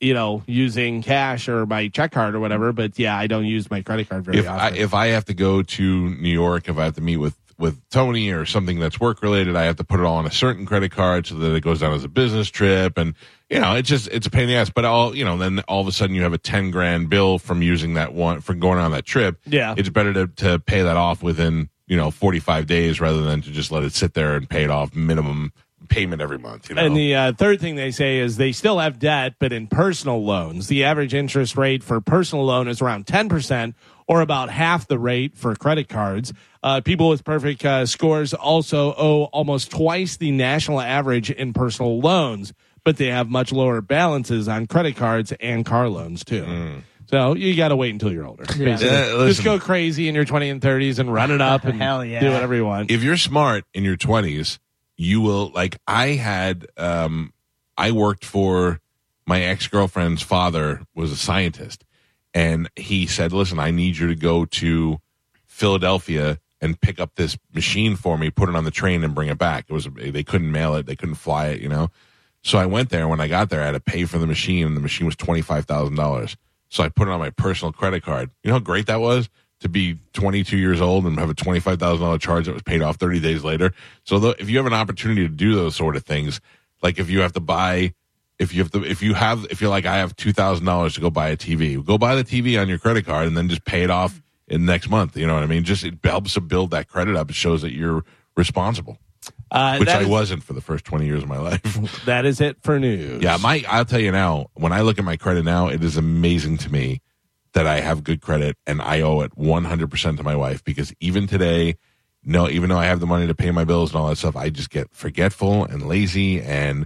You know, using cash or my check card or whatever, but yeah, I don't use my credit card very if I, often. if I have to go to New York, if I have to meet with with Tony or something that's work related, I have to put it all on a certain credit card so that it goes down as a business trip, and you know it's just it's a pain in the ass. But all you know, then all of a sudden you have a ten grand bill from using that one from going on that trip. Yeah. it's better to to pay that off within you know forty five days rather than to just let it sit there and pay it off minimum payment every month. You know, And the uh, third thing they say is they still have debt, but in personal loans, the average interest rate for personal loan is around 10%, or about half the rate for credit cards. Uh, people with perfect uh, scores also owe almost twice the national average in personal loans, but they have much lower balances on credit cards and car loans, too. So you got to wait until you're older. basically. Hmm. Yeah, Just listen. go crazy in your 20s and 30s and run it up and Hell yeah. do whatever you want. if you're smart in your 20s you will like i had um i worked for my ex-girlfriend's father was a scientist and he said listen i need you to go to philadelphia and pick up this machine for me put it on the train and bring it back it was they couldn't mail it they couldn't fly it you know so i went there when i got there i had to pay for the machine and the machine was $25000 so i put it on my personal credit card you know how great that was to be 22 years old and have a $25,000 charge that was paid off 30 days later. So tho- if you have an opportunity to do those sort of things, like if you have to buy, if you have to, if you have, if you're like, I have $2,000 to go buy a TV, go buy the TV on your credit card and then just pay it off Mm-hmm. in next month. You know what I mean? Just, it helps to build that credit up. It shows that you're responsible, Uh, which that I is- wasn't for the first 20 years of my life. That is it for news. yeah. My, I'll tell you now, when I look at my credit now, it is amazing to me that I have good credit and I owe it 100% to my wife because even today, no, even though I have the money to pay my bills and all that stuff, I just get forgetful and lazy and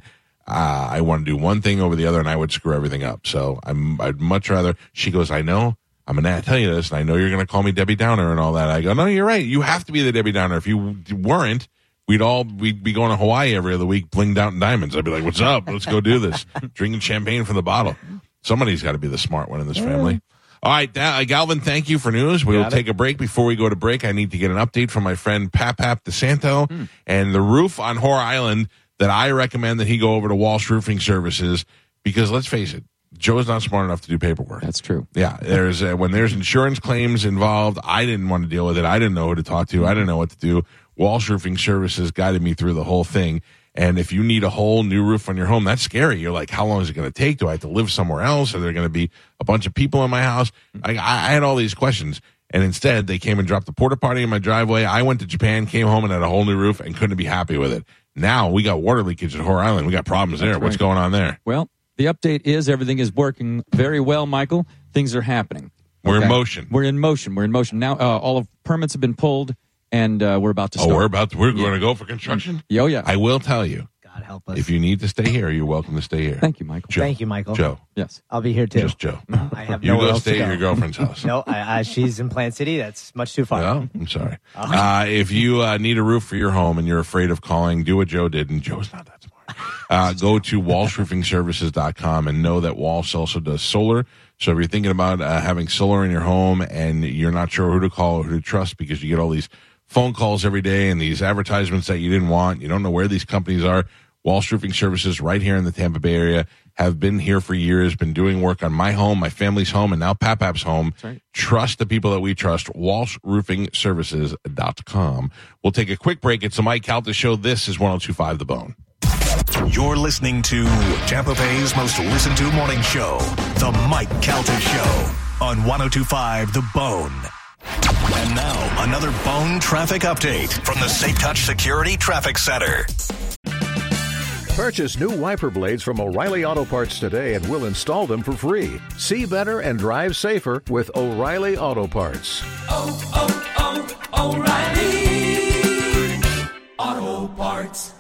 uh, I want to do one thing over the other and I would screw everything up. So I'm, I'd much rather, she goes, I know. I'm going to tell you this, and I know you're going to call me Debbie Downer and all that. I go, no, you're right. You have to be the Debbie Downer. If you weren't, we'd all we'd be going to Hawaii every other week, blinged out in diamonds. I'd be like, what's up? Let's go do this. Drinking champagne from the bottle. Somebody's got to be the smart one in this family. All right, Da- uh, Galvin, thank you for news. We will take a break. Before we go to break, I need to get an update from my friend Papap DeSanto and the roof on Horror Island that I recommend that he go over to Walsh Roofing Services because let's face it, Joe's not smart enough to do paperwork. That's true. Yeah, there's uh, when there's insurance claims involved, I didn't want to deal with it. I didn't know who to talk to. I didn't know what to do. Walsh Roofing Services guided me through the whole thing. And if you need a whole new roof on your home, that's scary. You're like, how long is it going to take? Do I have to live somewhere else? Are there going to be a bunch of people in my house? I, I I had all these questions. And instead, they came and dropped the porta potty in my driveway. I went to Japan, came home, and had a whole new roof and couldn't be happy with it. Now we got water leakage at Horror Island. We got problems there. What's right. going on there? Well, the update is everything is working very well, Michael. Things are happening. We're in motion. We're in motion. We're in motion. Now, uh, all of permits have been pulled, and uh, we're about to Oh, start. we're about to, we're going to go for construction. Yeah, oh, yeah. I will tell you. help us. If you need to stay here, you're welcome to stay here. Thank you, Michael. Joe. Thank you, Michael. Joe. Yes. I'll be here too. Just Joe. I have You nowhere go else stay at to go. your girlfriend's house. No, I, I, she's in Plant City. That's much too far. No, I'm sorry. Uh, if you uh, need a roof for your home and you're afraid of calling, do what Joe did, and Joe's not that smart. Uh, go to walshroofingservices.com and know that Walsh also does solar. So if you're thinking about uh, having solar in your home and you're not sure who to call or who to trust because you get all these phone calls every day and these advertisements that you didn't want, you don't know where these companies are. Walsh Roofing Services, right here in the Tampa Bay area, have been here for years, been doing work on my home, my family's home, and now Papap's home. Trust the people that we trust. WalshRoofingServices.com. We'll take a quick break. It's the Mike Calta Show. This is 1025 The Bone. You're listening to Tampa Bay's most listened to morning show, The Mike Calter Show, on 1025 The Bone. And now, another bone traffic update from the Safe Touch Security Traffic Center. Purchase new wiper blades from O'Reilly Auto Parts today and we'll install them for free. See better and drive safer with O'Reilly Auto Parts. Oh, oh, oh, O'Reilly Auto Parts.